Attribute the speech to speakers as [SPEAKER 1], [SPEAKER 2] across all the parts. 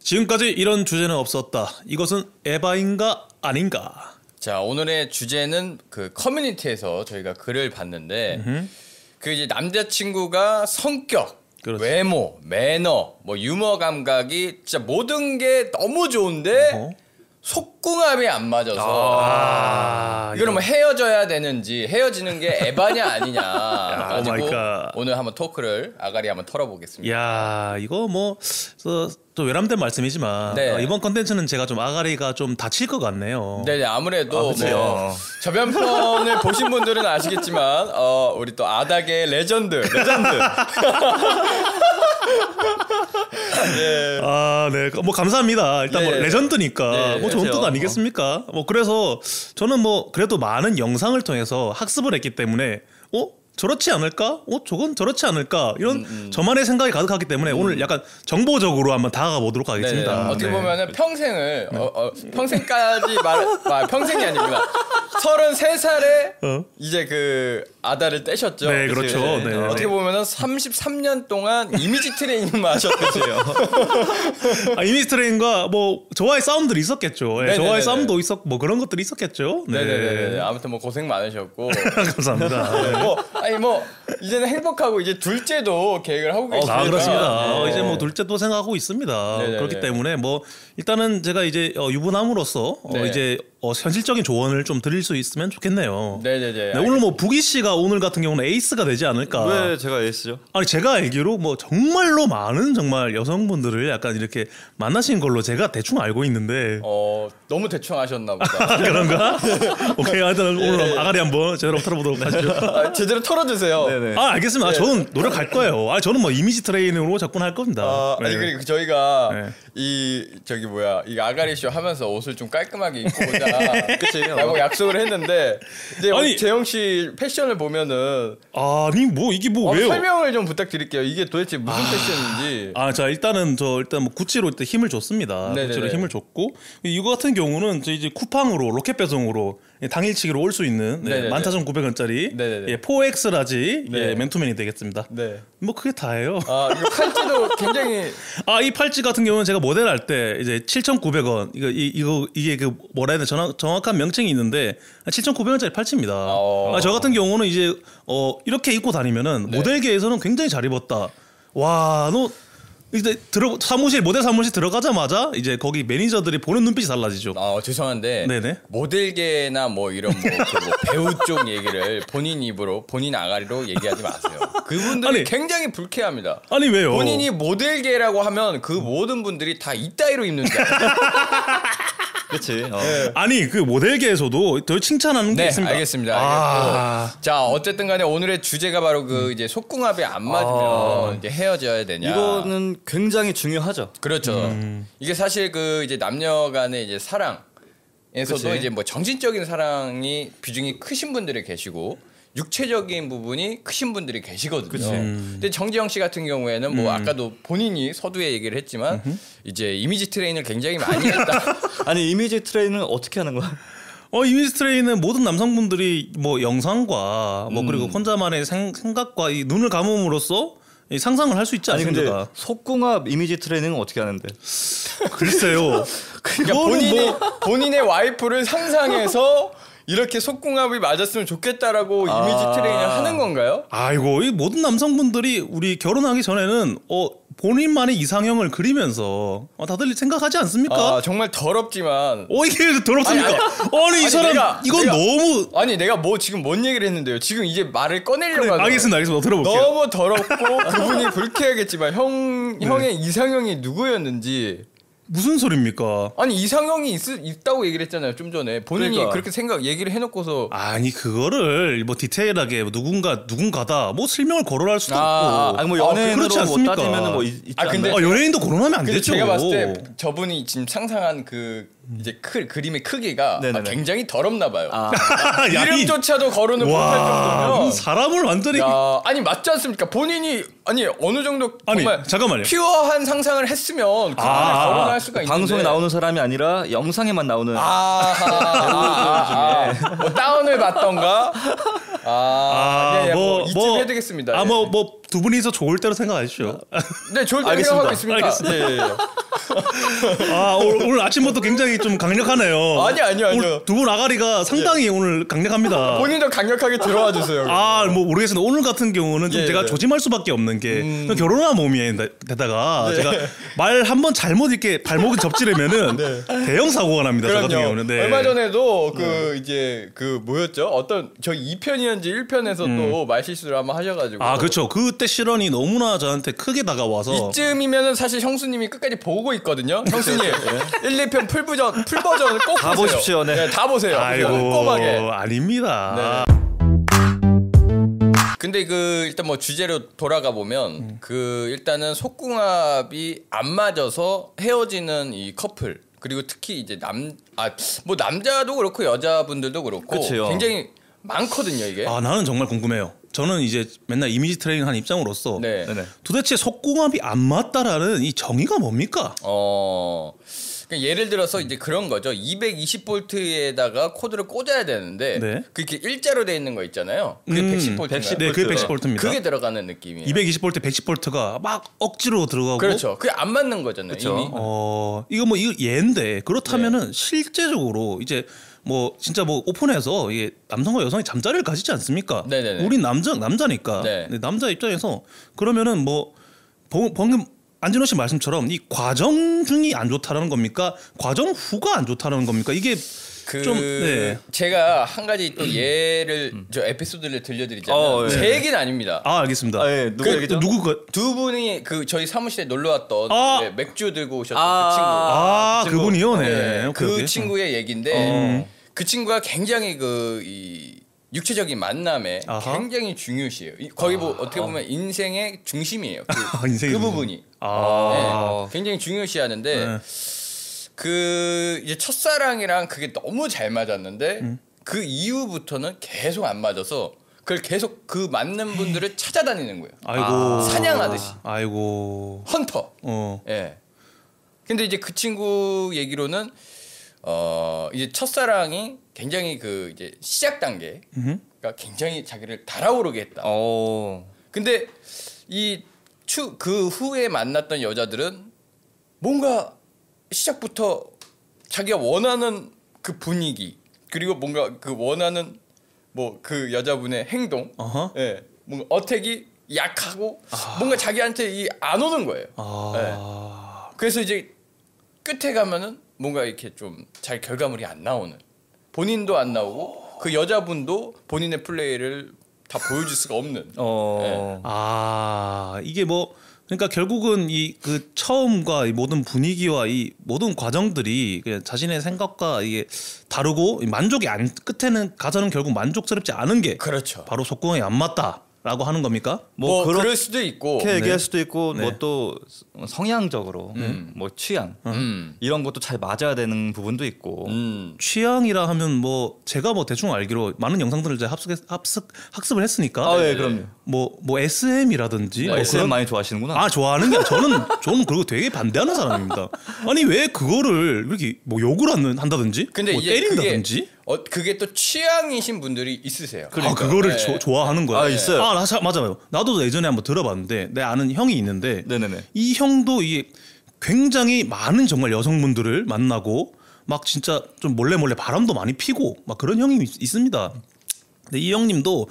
[SPEAKER 1] 지금까지 이런 주제는 없었다. 이것은 에바인가 아닌가?
[SPEAKER 2] 자 오늘의 주제는 그 커뮤니티에서 저희가 글을 봤는데 그 이제 남자친구가 성격
[SPEAKER 1] 그렇죠.
[SPEAKER 2] 외모, 매너, 뭐 유머 감각이 진짜 모든 게 너무 좋은데
[SPEAKER 1] 어허.
[SPEAKER 2] 속궁합이 안 맞아서 이거는 뭐 헤어져야 되는지 헤어지는 게 에바냐 아니냐
[SPEAKER 1] 오 마이
[SPEAKER 2] 가지고
[SPEAKER 1] 갓.
[SPEAKER 2] 오늘 한번 토크를 아가리 한번 털어보겠습니다.
[SPEAKER 1] 야 이거 뭐좀 외람된 말씀이지만
[SPEAKER 2] 네.
[SPEAKER 1] 아, 이번 컨텐츠는 제가 좀 아가리가 좀 다칠 것 같네요.
[SPEAKER 2] 네네 아무래도
[SPEAKER 1] 그치요.
[SPEAKER 2] 뭐 저변편을 보신 분들은 아시겠지만 어 우리 또 아닥의 레전드 레전드
[SPEAKER 1] 아, 네. 뭐 감사합니다. 일단 뭐
[SPEAKER 2] 네.
[SPEAKER 1] 레전드니까
[SPEAKER 2] 네,
[SPEAKER 1] 뭐 좋은
[SPEAKER 2] 그렇죠.
[SPEAKER 1] 뜻 아니겠습니까? 뭐 그래서 저는 뭐 그래도 많은 영상을 통해서 학습을 했기 때문에 어? 저렇지 않을까? 어, 저건 저렇지 않을까? 이런
[SPEAKER 2] 음,
[SPEAKER 1] 저만의 생각이 가득하기 때문에 오늘 약간 정보적으로 한번 다가가 보도록
[SPEAKER 2] 네네.
[SPEAKER 1] 하겠습니다.
[SPEAKER 2] 어떻게
[SPEAKER 1] 네.
[SPEAKER 2] 보면은 평생을 어, 어, 평생까지 말, 아, 평생이 아니구나 33살에
[SPEAKER 1] 어?
[SPEAKER 2] 이제 그 아다를 떼셨죠
[SPEAKER 1] 네, 그렇죠.
[SPEAKER 2] 그치?
[SPEAKER 1] 네.
[SPEAKER 2] 어떻게 보면은 33년 동안 이미지 트레이닝만 하셨듯이
[SPEAKER 1] 아, 이미지 트레인과 뭐 저와의 싸움들이 있었겠죠. 예,
[SPEAKER 2] 네네네네.
[SPEAKER 1] 저와의 싸움도 있었 뭐 그런 것들이 있었겠죠. 네.
[SPEAKER 2] 네네네 아무튼 뭐 고생 많으셨고
[SPEAKER 1] 감사합니다. 네.
[SPEAKER 2] 뭐 아니 뭐 이제는 행복하고 이제 둘째도 계획을 하고 계시니까
[SPEAKER 1] 아, 그렇습니다.
[SPEAKER 2] 어, 네.
[SPEAKER 1] 이제 뭐 둘째도 생각하고 있습니다.
[SPEAKER 2] 네네네.
[SPEAKER 1] 그렇기 때문에 뭐 일단은 제가 이제 어, 유부남으로서 어,
[SPEAKER 2] 네.
[SPEAKER 1] 이제 어, 현실적인 조언을 좀 드릴 수 있으면 좋겠네요.
[SPEAKER 2] 네네네.
[SPEAKER 1] 네, 오늘 뭐 부기 씨가 오늘 같은 경우는 에이스가 되지 않을까.
[SPEAKER 3] 왜 제가 에이스죠?
[SPEAKER 1] 아니 제가 알기로 뭐 정말로 많은 정말 여성분들을 약간 이렇게 만나신 걸로 제가 대충 알고 있는데
[SPEAKER 2] 어 너무 대충 하셨나 보다.
[SPEAKER 1] 아, 그런가? 오케이 하여튼 오늘 아가리 한번 제대로 털어보도록 하죠.
[SPEAKER 2] 아, 제대로 털어주세요.
[SPEAKER 3] 네네.
[SPEAKER 1] 아 알겠습니다. 아, 저는 노력할 거예요. 아 저는 뭐 이미지 트레이닝으로 접근할 겁니다.
[SPEAKER 2] 아, 아니
[SPEAKER 1] 네.
[SPEAKER 2] 그리고 저희가
[SPEAKER 1] 네.
[SPEAKER 2] 이 저기 뭐야 이 아가리 쇼 하면서 옷을 좀 깔끔하게 입고
[SPEAKER 3] 그치.
[SPEAKER 2] 오자라고 약속을 했는데 이제 뭐
[SPEAKER 1] 아니.
[SPEAKER 2] 재영 씨 패션을 보면은
[SPEAKER 1] 아니 뭐 이게 뭐
[SPEAKER 2] 어,
[SPEAKER 1] 왜요?
[SPEAKER 2] 설명을 좀 부탁드릴게요. 이게 도대체 무슨 패션인지.
[SPEAKER 1] 아, 자 일단은 저 일단 뭐 구찌로 일단 힘을 줬습니다.
[SPEAKER 2] 네네네.
[SPEAKER 1] 구찌로 힘을 줬고 이거 같은 경우는 저 이제 쿠팡으로 로켓 배송으로 예, 당일치기로 올 수 있는 네,
[SPEAKER 2] 네네네.
[SPEAKER 1] 14,900원짜리
[SPEAKER 2] 네네네.
[SPEAKER 1] 예, 4X 라지 예,
[SPEAKER 2] 네.
[SPEAKER 1] 맨투맨이 되겠습니다.
[SPEAKER 2] 네.
[SPEAKER 1] 뭐 그게 다예요.
[SPEAKER 2] 아 이거 칼찌도 굉장히
[SPEAKER 1] 아 이 팔찌 같은 경우는 제가 모델할 때 이제 7,900원 이거 이, 이거 이게 그 뭐라 해야 되나 정확- 정확한 명칭이 있는데 7,900원짜리 팔찌입니다.
[SPEAKER 2] 어.
[SPEAKER 1] 아, 저 같은 경우는 이제 어 이렇게 입고 다니면은
[SPEAKER 2] 네.
[SPEAKER 1] 모델계에서는 굉장히 잘 입었다. 와, 너 이제 들어 사무실 모델 사무실 들어가자마자 이제 거기 매니저들이 보는 눈빛이 달라지죠.
[SPEAKER 2] 아 죄송한데
[SPEAKER 1] 네네.
[SPEAKER 2] 모델계나 뭐 이런 뭐, 그뭐 배우 쪽 얘기를 본인 입으로 본인 아가리로 얘기하지 마세요. 그분들이
[SPEAKER 1] 아니.
[SPEAKER 2] 굉장히 불쾌합니다.
[SPEAKER 1] 아니 왜요?
[SPEAKER 2] 본인이 모델계라고 하면 그 모든 분들이 다 이따위로 입는 줄 알아요.
[SPEAKER 3] 그렇지. 어.
[SPEAKER 1] 아니 그 모델계에서도 더 칭찬하는 게
[SPEAKER 2] 네,
[SPEAKER 1] 있습니다.
[SPEAKER 2] 알겠습니다.
[SPEAKER 1] 아.
[SPEAKER 2] 알겠고. 자, 어쨌든 간에 오늘의 주제가 바로 그 이제 속궁합이 안 맞으면 아. 이제 헤어져야 되냐.
[SPEAKER 3] 이거는 굉장히 중요하죠.
[SPEAKER 2] 그렇죠.
[SPEAKER 1] 음.
[SPEAKER 2] 이게 사실 그 이제 남녀 간의 이제 사랑. 에서도
[SPEAKER 3] 그치.
[SPEAKER 2] 이제 뭐 정신적인 사랑이 비중이 크신 분들이 계시고 육체적인 부분이 크신 분들이 계시거든요.
[SPEAKER 1] 음.
[SPEAKER 2] 근데 정지영 씨 같은 경우에는 뭐 아까도 본인이 서두에 얘기를 했지만 이제 이미지 트레이닝을 굉장히 많이 했다.
[SPEAKER 3] 아니 이미지 트레이는 어떻게 하는 거야?
[SPEAKER 1] 어, 이미스트레이는 모든 남성분들이 뭐 영상과
[SPEAKER 2] 음.
[SPEAKER 1] 뭐 그리고 혼자만의 생, 각과이 눈을 감음으로써 이 상상을 할 수 있지
[SPEAKER 3] 아니 근데
[SPEAKER 1] 않습니까?
[SPEAKER 3] 속궁합 이미지 트레이는 어떻게 하는데?
[SPEAKER 1] 글쎄요.
[SPEAKER 2] 그러니까
[SPEAKER 1] 그거는
[SPEAKER 2] 본인이
[SPEAKER 1] 뭐
[SPEAKER 2] 본인의 와이프를 상상해서 이렇게 속궁합이 맞았으면 좋겠다라고 이미지
[SPEAKER 1] 아.
[SPEAKER 2] 트레이닝을 하는 건가요?
[SPEAKER 1] 아이고 이 모든 남성분들이 우리 결혼하기 전에는 어 본인만의 이상형을 그리면서 어, 다들 생각하지 않습니까?
[SPEAKER 2] 아 정말 더럽지만
[SPEAKER 1] 어 이게 더럽습니까?
[SPEAKER 2] 아니,
[SPEAKER 1] 아니, 이
[SPEAKER 2] 아니,
[SPEAKER 1] 사람
[SPEAKER 2] 내가-
[SPEAKER 1] 이건
[SPEAKER 2] 내가-
[SPEAKER 1] 너무
[SPEAKER 2] 아니 내가 뭐 지금 뭔 얘기를 했는데요. 지금 이제 말을 꺼내려고 하는
[SPEAKER 1] 알겠습니다. 알겠습니다. 들어볼게요.
[SPEAKER 2] 너무 더럽고 그분이 불쾌하겠지만 형
[SPEAKER 1] 네.
[SPEAKER 2] 형의 이상형이 누구였는지
[SPEAKER 1] 무슨 소리입니까?
[SPEAKER 2] 아니 이상형이 있, 있다고 얘기를 했잖아요 좀 전에 본인이
[SPEAKER 3] 그러니까.
[SPEAKER 2] 그렇게 생각 얘기를 해놓고서
[SPEAKER 1] 아니 그거를 뭐 디테일하게 누군가 누군가다 뭐 실명을 거론할 수도
[SPEAKER 2] 아,
[SPEAKER 1] 없고
[SPEAKER 3] 아니 뭐
[SPEAKER 2] 아,
[SPEAKER 3] 연예인으로
[SPEAKER 1] 그렇지
[SPEAKER 3] 뭐
[SPEAKER 1] 않습니까?
[SPEAKER 3] 따지면은 뭐 있, 있지
[SPEAKER 2] 아, 근데-
[SPEAKER 3] 않나요?
[SPEAKER 1] 어, 연예인도 거론하면 안
[SPEAKER 2] 근데
[SPEAKER 1] 되죠.
[SPEAKER 2] 제가 봤을 때 저분이 지금 상상한 그 이제 크, 그림의 크기가 아,
[SPEAKER 3] 네네네.
[SPEAKER 2] 굉장히 더럽나 봐요.
[SPEAKER 1] 아, 야, 이-
[SPEAKER 2] 이름조차도 거론을 못할
[SPEAKER 1] 와, 이
[SPEAKER 2] 정도면
[SPEAKER 1] 사람을 완전히
[SPEAKER 2] 야, 아니 맞지 않습니까? 본인이 아니 어느 정도
[SPEAKER 1] 아니,
[SPEAKER 2] 정말
[SPEAKER 1] 잠깐만요.
[SPEAKER 2] 퓨어한 상상을 했으면 그걸
[SPEAKER 1] 아, 아,
[SPEAKER 2] 거론할 수가 있는데
[SPEAKER 3] 방송에 나오는 사람이 아니라 영상에만 나오는
[SPEAKER 2] 아하, 아, 아, 아, 뭐 다운을 받던가 아, 예, 예, 뭐, 이쯤 해드리겠습니다.
[SPEAKER 1] 아,
[SPEAKER 2] 예.
[SPEAKER 1] 뭐, 뭐, 두 분이서 좋을 대로 생각하십시오.
[SPEAKER 2] 네, 좋을 때 생각하고
[SPEAKER 3] 알겠습니다.
[SPEAKER 2] 있습니다.
[SPEAKER 1] 알겠습니다.
[SPEAKER 2] 네, 예, 예.
[SPEAKER 1] 아 오- 오늘 아침부터 굉장히 좀 강력하네요.
[SPEAKER 2] 아니, 아니요, 아니요.
[SPEAKER 1] 두 분 아가리가 상당히 오늘 강력합니다.
[SPEAKER 2] 본인도 강력하게 들어와 주세요.
[SPEAKER 1] 아 뭐 모르겠습니다. 오늘 같은 경우는 좀
[SPEAKER 2] 예,
[SPEAKER 1] 제가
[SPEAKER 2] 예. 음.
[SPEAKER 1] 조심할 수밖에 없는 게 결혼한 몸이에다가
[SPEAKER 2] 네.
[SPEAKER 1] 제가 말 한 번 잘못 이렇게 발목을 접지르면은 대형 사고가 납니다. 저 같은
[SPEAKER 2] 네. 그럼요.
[SPEAKER 1] 경우는 네.
[SPEAKER 2] 얼마 전에도 그 이제 그 뭐였죠? 어떤 저 2편이었는지 1편에서 또 말실수를 한번
[SPEAKER 1] 음.
[SPEAKER 2] 하셔가지고
[SPEAKER 1] 아 그렇죠. 그때 실언이 너무나 저한테 크게 다가와서
[SPEAKER 2] 이쯤이면은 사실 형수님이 끝까지 보고 있거든요. 형수님
[SPEAKER 1] 네.
[SPEAKER 2] 1, 2편 풀 버전 풀 버전을 꼭
[SPEAKER 3] 다
[SPEAKER 2] 보세요.
[SPEAKER 3] 보십시오, 네.
[SPEAKER 2] 다 보세요.
[SPEAKER 1] 아이고
[SPEAKER 2] 꼼꼼하게.
[SPEAKER 1] 아닙니다.
[SPEAKER 2] 근데 그 일단 뭐 주제로 돌아가 보면
[SPEAKER 1] 음.
[SPEAKER 2] 그 일단은 속궁합이 안 맞아서 헤어지는 이 커플 그리고 특히 이제 남 아 뭐 남자도 그렇고 여자분들도 그렇고
[SPEAKER 3] 그치요.
[SPEAKER 2] 굉장히 많거든요 이게.
[SPEAKER 1] 아 나는 정말 궁금해요. 저는 이제 맨날 이미지 트레이닝 한 입장으로서
[SPEAKER 2] 네.
[SPEAKER 3] 네네.
[SPEAKER 1] 도대체 속궁합이 안 맞다라는 이 정의가 뭡니까?
[SPEAKER 2] 어. 그러니까 예를 들어서 이제 그런 거죠. 220볼트에다가 코드를 꽂아야 되는데
[SPEAKER 1] 네.
[SPEAKER 2] 그게 일자로 돼 있는 거 있잖아요. 그게
[SPEAKER 1] 음,
[SPEAKER 2] 110볼트.
[SPEAKER 1] 네, 그게 110볼트입니다.
[SPEAKER 2] 그게 들어가는 느낌이에요.
[SPEAKER 1] 220볼트, 110볼트가 막 억지로 들어가고
[SPEAKER 2] 그렇죠. 그게 안 맞는 거잖아요.
[SPEAKER 3] 그쵸.
[SPEAKER 2] 이미.
[SPEAKER 1] 어 이거 뭐 이거 예인데 그렇다면은
[SPEAKER 2] 네.
[SPEAKER 1] 실제적으로 이제 뭐 진짜 뭐 오픈해서 이게 남성과 여성이 잠자리를 가지지 않습니까?
[SPEAKER 2] 네네네.
[SPEAKER 1] 우린 남자 남자니까
[SPEAKER 2] 네.
[SPEAKER 1] 근데 남자 입장에서 그러면은 뭐 보- 방금 안진호 씨 말씀처럼 이 과정 중이 안 좋다라는 겁니까? 과정 후가 안 좋다라는 겁니까? 이게
[SPEAKER 2] 그
[SPEAKER 1] 좀 네.
[SPEAKER 2] 제가 한 가지 또 예를 저 에피소드를 들려드리자면
[SPEAKER 3] 어, 예.
[SPEAKER 2] 제 얘기는 아닙니다.
[SPEAKER 1] 아 알겠습니다.
[SPEAKER 3] 아, 예, 누구
[SPEAKER 1] 그,
[SPEAKER 3] 얘기죠?
[SPEAKER 1] 누구 그?
[SPEAKER 2] 두 분이 그 저희 사무실에 놀러 왔던
[SPEAKER 1] 아!
[SPEAKER 2] 그 맥주 들고 오셨던
[SPEAKER 3] 아.
[SPEAKER 2] 그 친구.
[SPEAKER 1] 아,
[SPEAKER 3] 그 친구.
[SPEAKER 1] 그분이요, 어. 네.
[SPEAKER 2] 네,
[SPEAKER 1] 오케이,
[SPEAKER 2] 그
[SPEAKER 1] 오케이.
[SPEAKER 2] 친구의 얘기인데 그 친구가 굉장히 그 이 육체적인 만남에
[SPEAKER 1] 아하.
[SPEAKER 2] 굉장히 중요시해요. 이- 거의 뭐 어떻게 보면 인생의 중심이에요.
[SPEAKER 1] 아,
[SPEAKER 2] 그,
[SPEAKER 1] 인생의 중심.
[SPEAKER 2] 그 부분이
[SPEAKER 1] 아,
[SPEAKER 2] 네, 굉장히 중요시하는데
[SPEAKER 1] 네.
[SPEAKER 2] 그 이제 첫사랑이랑 그게 너무 잘 맞았는데 그 이후부터는 계속 안 맞아서 그걸 계속 그 맞는 분들을 찾아다니는 거예요.
[SPEAKER 1] 아이고
[SPEAKER 2] 사냥하듯이.
[SPEAKER 1] 아이고
[SPEAKER 2] 헌터.
[SPEAKER 1] 어
[SPEAKER 2] 예. 근데 이제 그 친구 얘기로는 어 이제 첫사랑이 굉장히 그 이제 시작
[SPEAKER 1] 음,
[SPEAKER 2] 단계가 굉장히 자기를 달아오르게 했다.
[SPEAKER 3] 어.
[SPEAKER 2] 근데 이 추 그 후에 만났던 여자들은 뭔가 시작부터 자기가 원하는 그 분위기 그리고 뭔가 그 원하는 뭐 그 여자분의 행동,
[SPEAKER 1] 어허
[SPEAKER 2] 예, 뭔가 어택이 약하고 뭔가 자기한테 이 안 오는 거예요.
[SPEAKER 1] 아
[SPEAKER 2] 그래서 이제 끝에 가면은 뭔가 이렇게 좀 잘 결과물이 안 나오는 본인도 안 나오고 그 여자분도 본인의 플레이를 다 보여줄 수가 없는
[SPEAKER 3] 어.
[SPEAKER 1] 아 이게 뭐 그러니까 결국은 이 그 처음과 이 모든 분위기와 이 모든 과정들이 그냥 자신의 생각과 이게 다르고 이 만족이 안 끝에는 가서는 결국 만족스럽지 않은 게
[SPEAKER 2] 그렇죠
[SPEAKER 1] 바로 속공이 안 맞다라고 하는 겁니까?
[SPEAKER 2] 뭐,
[SPEAKER 3] 뭐, 그렇게
[SPEAKER 2] 그럴 수도 있고
[SPEAKER 3] 얘기할 수도 있고
[SPEAKER 1] 네.
[SPEAKER 3] 뭐 또 성향적으로 뭐 취향
[SPEAKER 2] 음.
[SPEAKER 3] 이런 것도 잘 맞아야 되는 부분도 있고.
[SPEAKER 2] 음.
[SPEAKER 1] 취향이라 하면 뭐 제가 뭐 대충 알기로 많은 영상들을 제가 합숙 합숙 학습을 했으니까
[SPEAKER 3] 아, 예,
[SPEAKER 2] 네네.
[SPEAKER 3] 그럼요.
[SPEAKER 1] 뭐, 뭐 SM이라든지
[SPEAKER 3] 뭐 SM 많이 좋아하시는구나.
[SPEAKER 1] 아 좋아하는 게 아니라 저는 저는 그리고 되게 반대하는 사람입니다. 아니 왜 그거를 이렇게 뭐 욕을 하는- 한다든지
[SPEAKER 2] 근데
[SPEAKER 1] 뭐
[SPEAKER 2] 이제
[SPEAKER 1] 때린다든지
[SPEAKER 2] 그게, 어, 그게 또 취향이신 분들이 있으세요
[SPEAKER 1] 아 그거를
[SPEAKER 2] 네.
[SPEAKER 1] 조- 좋아하는 거야.
[SPEAKER 3] 아, 있어요.
[SPEAKER 1] 아 나, 사- 맞아요. 나도 예전에 한번 들어봤는데 내 아는 형이 있는데
[SPEAKER 3] 네네네.
[SPEAKER 1] 이 형도 이게 굉장히 많은 정말 여성분들을 만나고 막 진짜 좀 몰래 몰래 바람도 많이 피고 막 그런 형이 있, 있습니다. 근데 이 형님도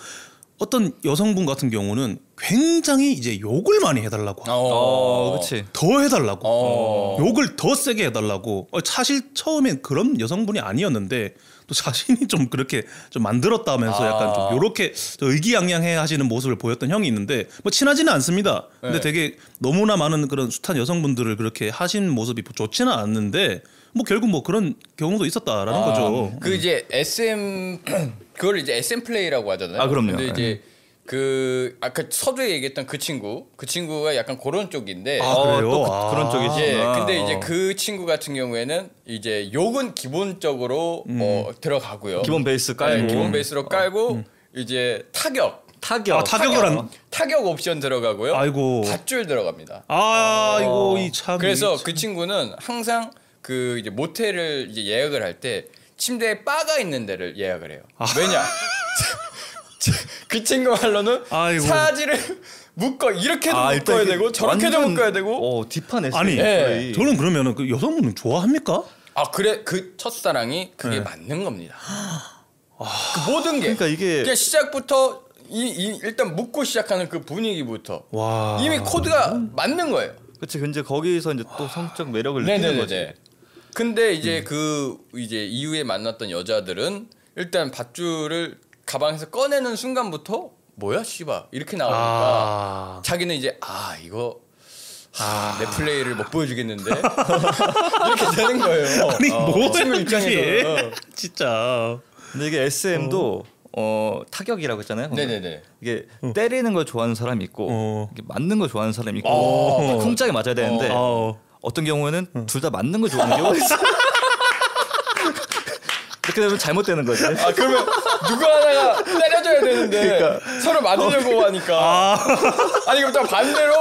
[SPEAKER 1] 어떤 여성분 같은 경우는 굉장히 이제 욕을 많이 해달라고
[SPEAKER 2] 어,
[SPEAKER 1] 하고
[SPEAKER 3] 어, 그렇지.
[SPEAKER 1] 더 해달라고
[SPEAKER 2] 어.
[SPEAKER 1] 욕을 더 세게 해달라고 어, 사실 처음엔 그런 여성분이 아니었는데 또 자신이 좀 그렇게 좀 만들었다면서
[SPEAKER 2] 아.
[SPEAKER 1] 약간 좀 요렇게 좀 의기양양해 하시는 모습을 보였던 형이 있는데 뭐 친하지는 않습니다 근데
[SPEAKER 2] 네.
[SPEAKER 1] 되게 너무나 많은 그런 숱한 여성분들을 그렇게 하신 모습이 뭐 좋지는 않는데 뭐 결국 뭐 그런 경우도 있었다라는
[SPEAKER 2] 아,
[SPEAKER 1] 거죠
[SPEAKER 2] 그 이제 SM 그걸 이제 SM 플레이라고 하잖아요.
[SPEAKER 3] 아, 그럼요.
[SPEAKER 2] 근데 이제 그 아까 서두에 얘기했던 그 친구, 그 친구가 약간 그런 쪽인데
[SPEAKER 1] 아,
[SPEAKER 3] 어,
[SPEAKER 1] 그래요?
[SPEAKER 3] 또
[SPEAKER 1] 아.
[SPEAKER 3] 그, 런 쪽이지.
[SPEAKER 2] 예,
[SPEAKER 3] 아,
[SPEAKER 2] 근데
[SPEAKER 3] 어.
[SPEAKER 2] 이제 그 친구 같은 경우에는 이제 욕은 기본적으로 어, 들어가고요.
[SPEAKER 3] 기본 베이스 깔고.
[SPEAKER 2] 네, 기본 베이스로 깔고 이제 타격,
[SPEAKER 3] 타격.
[SPEAKER 1] 아, 타격을 안-
[SPEAKER 2] 어, 타격 옵션 들어가고요.
[SPEAKER 1] 아이고
[SPEAKER 2] 밧줄 들어갑니다.
[SPEAKER 1] 아이고 이참
[SPEAKER 2] 어. 그래서 그 친구는 항상 그 이제 모텔을
[SPEAKER 1] 아.
[SPEAKER 2] 이제 예약을 할 때 침대에 바가 있는 데를 예약을 해요. 왜냐? 그 친구 말로는
[SPEAKER 1] 아이고. 아,
[SPEAKER 2] 사지를 묶어 이렇게도
[SPEAKER 3] 아,
[SPEAKER 2] 묶어야 되고 저렇게도 묶어야 되고
[SPEAKER 3] 어 딥한 에스
[SPEAKER 1] 아니
[SPEAKER 2] 예.
[SPEAKER 1] 저는 그러면은 그 여성분은 좋아합니까?
[SPEAKER 2] 아 그래 그 첫사랑이
[SPEAKER 1] 네.
[SPEAKER 2] 그게 맞는 겁니다.
[SPEAKER 1] 아.
[SPEAKER 2] 그 모든 게
[SPEAKER 3] 그러니까 이게
[SPEAKER 2] 그냥 시작부터 이, 이 일단 묶고 시작하는 그 분위기부터
[SPEAKER 1] 와
[SPEAKER 2] 이미 코드가 맞는 거예요.
[SPEAKER 3] 그치 근데 거기서 이제 또 성적 매력을 느끼는 거지.
[SPEAKER 2] 네네네. 근데 이제 그 이제 이후에 만났던 여자들은 일단 밧줄을 가방에서 꺼내는 순간부터 뭐야 씨바 이렇게 나오니까
[SPEAKER 1] 아
[SPEAKER 2] 자기는 이제 아 이거 하, 내 플레이를 못 보여주겠는데 이렇게 되는 거예요.
[SPEAKER 1] 아니
[SPEAKER 2] 어,
[SPEAKER 1] 뭐야
[SPEAKER 2] 친구
[SPEAKER 1] 그게
[SPEAKER 2] 입장에서 어.
[SPEAKER 1] 진짜
[SPEAKER 3] 근데 이게 SM도 어, 타격이라고 했잖아요. 방금.
[SPEAKER 2] 네네네.
[SPEAKER 3] 이게 때리는 걸 좋아하는 사람이 있고
[SPEAKER 1] 어.
[SPEAKER 3] 이게 맞는 걸 좋아하는 사람이 있고
[SPEAKER 2] 어.
[SPEAKER 3] 쿵짝이 맞아야 되는데 어.
[SPEAKER 1] 어.
[SPEAKER 3] 떤 경우에는 둘 다 맞는 걸 좋아하는 경우가 있어. 이렇게 되면 잘못되는 거지.
[SPEAKER 2] 아 그러면 누가 하나가 때려줘야 되는데
[SPEAKER 1] 그러니까.
[SPEAKER 2] 서로 맞으려고
[SPEAKER 1] 어. 아.
[SPEAKER 2] 하니까 아니 그럼 또 반대로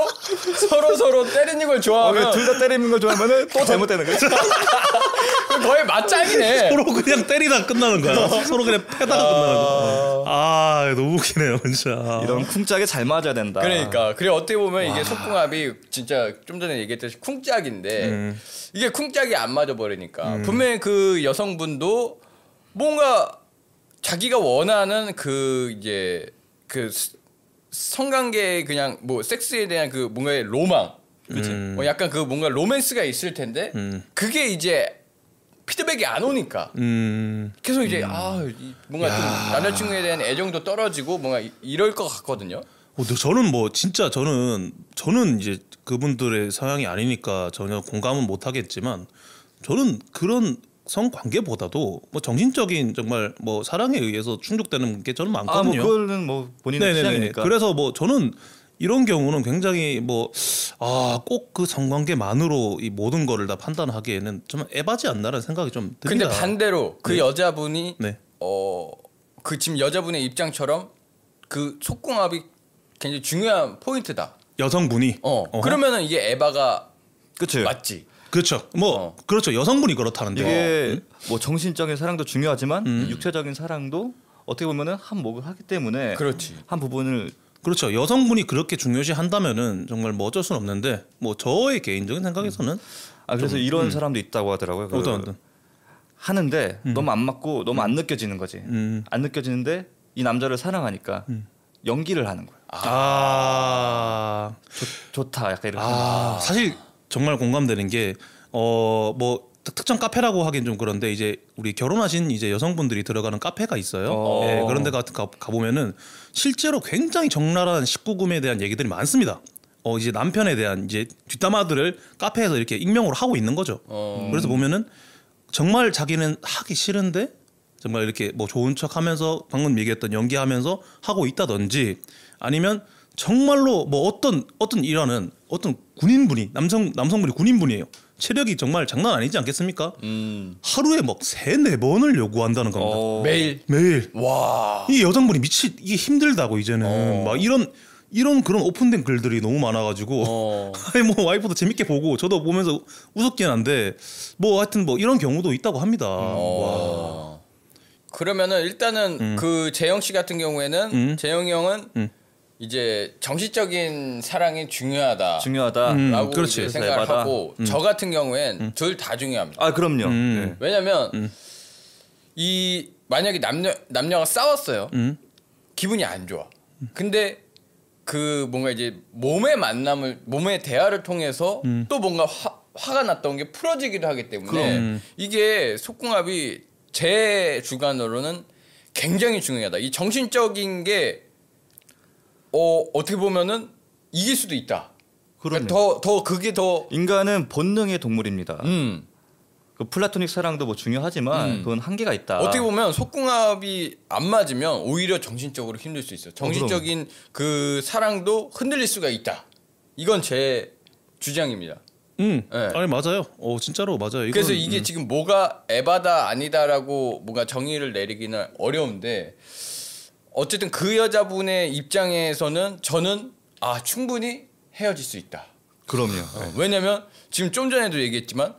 [SPEAKER 2] 서로 서로 때리는 걸
[SPEAKER 1] 어,
[SPEAKER 2] 좋아하면
[SPEAKER 3] 둘 다 때리는 걸 좋아하면 또 잘못되는 거지.
[SPEAKER 2] 그럼 거의 맞짱이네.
[SPEAKER 1] 서로 그냥 때리다 끝나는
[SPEAKER 2] 어.
[SPEAKER 1] 거야 서로 그냥 패다가 끝나는 거야 아 너무 웃기네요 진짜
[SPEAKER 3] 이런 쿵짝에 잘 맞아야 된다.
[SPEAKER 2] 그러니까 그래 어떻게 보면 이게 속궁합이 진짜 좀 전에 얘기했듯이 쿵짝인데 이게 쿵짝이 안 맞아 버리니까 분명히 그 여성분도 뭔가 자기가 원하는 그 이제 그 스- 성관계의 그냥 뭐 섹스에 대한 그 뭔가의 로망 그치? 뭐 약간 그 뭔가 로맨스가 있을 텐데 그게 이제 피드백이 안 오니까
[SPEAKER 1] 음
[SPEAKER 2] 계속 이제 아 이- 뭔가 좀 남자친구에 대한 애정도 떨어지고 뭔가 이- 이럴 것 같거든요.
[SPEAKER 1] 어, 근데 저는 뭐 진짜 저는 저는 이제 그분들의 성향이 아니니까 전혀 공감은 못 하겠지만 저는 그런 성관계보다도 뭐 정신적인 정말 뭐 사랑에 의해서 충족되는 게 저는
[SPEAKER 3] 아, 뭐
[SPEAKER 1] 많거든요.
[SPEAKER 3] 그거는 뭐 본인의
[SPEAKER 1] 네네네.
[SPEAKER 3] 취향이니까.
[SPEAKER 1] 그래서 뭐 저는 이런 경우는 굉장히 뭐 아 꼭 그 성관계만으로 이 모든 거를 다 판단하기에는 좀 에바지 않나라는 생각이 좀 듭니다.
[SPEAKER 2] 근데 반대로 그 여자분이
[SPEAKER 1] 네.
[SPEAKER 2] 어 그 지금 여자분의 입장처럼 그 속궁합이 굉장히 중요한 포인트다.
[SPEAKER 1] 여성분이
[SPEAKER 2] 어
[SPEAKER 1] 어허. 네.
[SPEAKER 2] 그러면은 이게 에바가
[SPEAKER 3] 그치.
[SPEAKER 2] 맞지.
[SPEAKER 1] 그렇죠. 뭐
[SPEAKER 2] 어.
[SPEAKER 1] 그렇죠. 여성분이 그렇다는데
[SPEAKER 3] 이게 뭐 정신적인 사랑도 중요하지만
[SPEAKER 1] 음.
[SPEAKER 3] 육체적인 사랑도 어떻게 보면은 한몫을 하기
[SPEAKER 1] 네.
[SPEAKER 3] 때문에
[SPEAKER 2] 그렇지.
[SPEAKER 3] 한 부분을
[SPEAKER 1] 그렇죠. 여성분이 그렇게 중요시 한다면은 정말 뭐 어쩔 수는 없는데 뭐 저의 개인적인 생각에서는
[SPEAKER 3] 아 그래서 이런 사람도 있다고 하더라고요. 그
[SPEAKER 1] 음. 어떤 어떤
[SPEAKER 3] 하는데 너무 안 맞고 너무 안 느껴지는 거지.
[SPEAKER 1] 음.
[SPEAKER 3] 안 느껴지는데 이 남자를 사랑하니까 연기를 하는 거야.
[SPEAKER 1] 아,
[SPEAKER 3] 좋다. 약간 이렇게.
[SPEAKER 1] 아, 사실 정말 공감되는 게 어 뭐 특정 카페라고 하긴 좀 그런데 이제 우리 결혼하신 이제 여성분들이 들어가는 카페가 있어요.
[SPEAKER 3] 어.
[SPEAKER 1] 예, 그런데 같은 가 보면은 실제로 굉장히 적나라한 19금에 대한 얘기들이 많습니다. 어 이제 남편에 대한 이제 뒷담화들을 카페에서 이렇게 익명으로 하고 있는 거죠.
[SPEAKER 2] 어.
[SPEAKER 1] 그래서 보면은 정말 자기는 하기 싫은데 정말 이렇게 뭐 좋은 척 하면서 방금 얘기했던 연기하면서 하고 있다든지 아니면 정말로 뭐 어떤 어떤 일하는 어떤 군인분이 남성 남성분이 군인분이에요. 체력이 정말 장난 아니지 않겠습니까?
[SPEAKER 2] 음.
[SPEAKER 1] 하루에 막 세네 번을 요구한다는 겁니다.
[SPEAKER 3] 어.
[SPEAKER 2] 매일
[SPEAKER 1] 매일
[SPEAKER 2] 와.
[SPEAKER 1] 이 여성분이 미치 이게 힘들다고
[SPEAKER 2] 어.
[SPEAKER 1] 이제는 막 이런 이런 그런 오픈된 글들이 너무 많아가지고
[SPEAKER 2] 어.
[SPEAKER 1] 아니 뭐 와이프도 재밌게 보고 저도 보면서 웃었긴 한데 뭐 하여튼 뭐 이런 경우도 있다고 합니다. 와. 음.
[SPEAKER 2] 어. 그러면은 일단은 그 재영 씨 같은 경우에는 재영이 형은 이제 정신적인 사랑이 중요하다.
[SPEAKER 3] 중요하다. 아,
[SPEAKER 1] 음.
[SPEAKER 2] 라고
[SPEAKER 1] 그렇지.
[SPEAKER 2] 이제 생각을
[SPEAKER 3] 에바다.
[SPEAKER 2] 하고 저 같은 경우엔 둘 다 중요합니다.
[SPEAKER 3] 아 그럼요.
[SPEAKER 1] 음.
[SPEAKER 2] 왜냐면 이 만약에 남녀 남녀가 싸웠어요.
[SPEAKER 1] 음.
[SPEAKER 2] 기분이 안 좋아. 근데 그 뭔가 이제 몸의 만남을 몸의 대화를 통해서
[SPEAKER 1] 음.
[SPEAKER 2] 또 뭔가 화, 화가 났던 게 풀어지기도 하기 때문에
[SPEAKER 1] 음.
[SPEAKER 2] 이게 속궁합이 제 주관으로는 굉장히 중요하다. 이 정신적인 게 어, 어떻게 보면은 이길 수도 있다. 그러니까
[SPEAKER 3] 그럼요.
[SPEAKER 2] 더더 그게 더
[SPEAKER 3] 인간은 본능의 동물입니다.
[SPEAKER 2] 음.
[SPEAKER 3] 그 플라토닉 사랑도 뭐 중요하지만
[SPEAKER 1] 음.
[SPEAKER 3] 그건 한계가 있다.
[SPEAKER 2] 어떻게 보면 속궁합이 안 맞으면 오히려 정신적으로 힘들 수 있어요. 정신적인 그 사랑도 흔들릴 수가 있다. 이건 제 주장입니다.
[SPEAKER 1] 음.
[SPEAKER 2] 네.
[SPEAKER 1] 아니 맞아요. 어 진짜로 맞아요. 이건,
[SPEAKER 2] 그래서 이게 지금 뭐가 에바다 아니다라고 뭔가 정의를 내리기는 어려운데 어쨌든 그 여자분의 입장에서는 저는 아 충분히 헤어질 수 있다.
[SPEAKER 3] 그럼요.
[SPEAKER 2] 어, 왜냐면 지금 좀 전에도 얘기했지만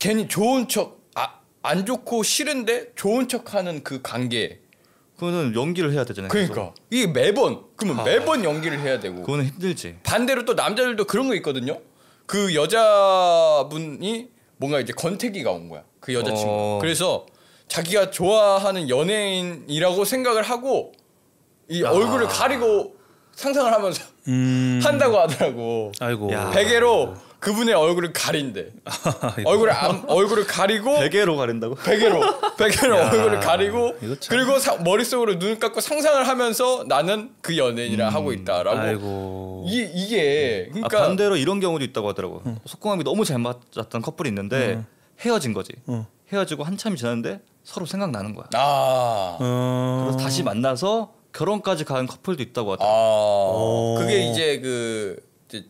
[SPEAKER 2] 괜히 좋은 척, 아, 안 좋고 싫은데 좋은 척하는 그 관계
[SPEAKER 3] 그거는 연기를 해야 되잖아요. 계속.
[SPEAKER 2] 그러니까 이게 매번 그러면 매번 연기를 해야 되고
[SPEAKER 3] 그거는 힘들지.
[SPEAKER 2] 반대로 또 남자들도 그런 거 있거든요. 그 여자분이 뭔가 이제 건태기가 온 거야. 그 여자친구.
[SPEAKER 3] 어.
[SPEAKER 2] 그래서 자기가 좋아하는 연예인이라고 생각을 하고 이 얼굴을 가리고 상상을 하면서
[SPEAKER 1] 음.
[SPEAKER 2] 한다고 하더라고.
[SPEAKER 1] 아이고.
[SPEAKER 3] 야.
[SPEAKER 2] 베개로 그분의 얼굴을 가린대.
[SPEAKER 1] 아이고.
[SPEAKER 2] 얼굴을 안, 얼굴을 가리고
[SPEAKER 3] 베개로 가린다고? 아,
[SPEAKER 2] 베개로 베개로 얼굴을 가리고
[SPEAKER 1] 이거 참.
[SPEAKER 2] 그리고 사- 머릿속으로 눈을 감고 상상을 하면서 나는 그 연예인이랑 하고 있다라고
[SPEAKER 1] 음, 아이고. 음.
[SPEAKER 2] 이게 이게 그러니까
[SPEAKER 3] 아, 반대로 이런 경우도 있다고 하더라고. 속궁합이 너무 잘 맞았던 커플이 있는데 헤어진 거지.
[SPEAKER 1] 어.
[SPEAKER 3] 헤어지고 한참이 지났는데 서로 생각나는 거야.
[SPEAKER 2] 아,
[SPEAKER 1] 어.
[SPEAKER 3] 그래서 다시 만나서 결혼까지 간 커플도 있다고 하더라고.
[SPEAKER 2] 아 그게 이제 그 이제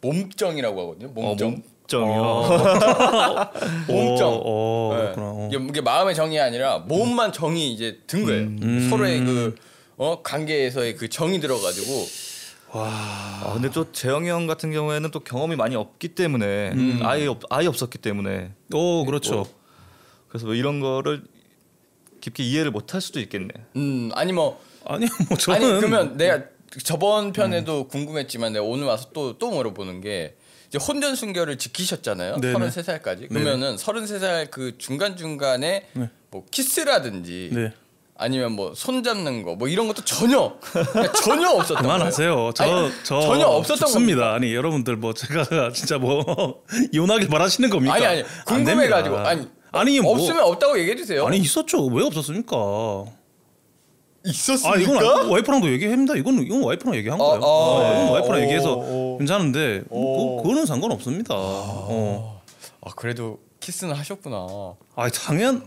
[SPEAKER 2] 몸정이라고
[SPEAKER 1] 어,
[SPEAKER 2] 하거든요.
[SPEAKER 3] 아,
[SPEAKER 2] 몸정.
[SPEAKER 3] 어, 몸정이요. 어.
[SPEAKER 2] 몸정.
[SPEAKER 1] 어, 어,
[SPEAKER 2] 네.
[SPEAKER 1] 그렇구나. 어.
[SPEAKER 2] 이게- 이게 마음의 정이 아니라 몸만 정이 이제 든 거예요.
[SPEAKER 1] 음.
[SPEAKER 2] 서로의 그 어, 관계에서의 그 정이 들어가지고
[SPEAKER 3] 아, 근데 또 재영이 형 같은 경우에는 또 경험이 많이 없기 때문에
[SPEAKER 2] 음.
[SPEAKER 3] 아예 없, 아예 없었기 때문에
[SPEAKER 1] 오, 그렇죠.
[SPEAKER 2] 예.
[SPEAKER 3] 그래서 뭐 이런 거를 깊게 이해를 못 할 수도 있겠네.
[SPEAKER 2] 음 아니 뭐
[SPEAKER 1] 아니 뭐 저는
[SPEAKER 2] 아니 그러면 내가 저번 편에도 궁금했지만 내가 오늘 와서 또 또 물어보는 게 이제 혼전 순결을 지키셨잖아요.
[SPEAKER 1] 네네.
[SPEAKER 2] 33살까지. 그러면은 33살 그 중간 중간에 뭐 키스라든지
[SPEAKER 1] 네.
[SPEAKER 2] 아니면 뭐 손 잡는 거 뭐 이런 것도 전혀 그러니까 전혀 없었던
[SPEAKER 1] 그만하세요. 저,
[SPEAKER 2] 아니,
[SPEAKER 1] 저
[SPEAKER 2] 전혀 없었던
[SPEAKER 1] 죽습니다. 아니 여러분들 뭐 제가 진짜 뭐 이혼하길 바라시는 겁니까?
[SPEAKER 2] 아니, 아니,
[SPEAKER 1] 안
[SPEAKER 2] 궁금해가지고.
[SPEAKER 1] 됩니다.
[SPEAKER 2] 아니,
[SPEAKER 1] 아니 뭐
[SPEAKER 2] 없으면 없다고 얘기해 주세요.
[SPEAKER 1] 아니 있었죠. 왜 없었습니까? 아
[SPEAKER 2] 있었습니까?
[SPEAKER 1] 이건 아- 와이프랑도 얘기합니다. 이건 이건 와이프랑 얘기한 거예요.
[SPEAKER 2] 어,
[SPEAKER 1] 아, 이건 와이프랑
[SPEAKER 2] 어,
[SPEAKER 1] 얘기해서
[SPEAKER 2] 어.
[SPEAKER 1] 괜찮은데
[SPEAKER 2] 어.
[SPEAKER 1] 그, 그거는 상관없습니다. 어.
[SPEAKER 2] 아, 그래도 키스는 하셨구나.
[SPEAKER 1] 아 당연.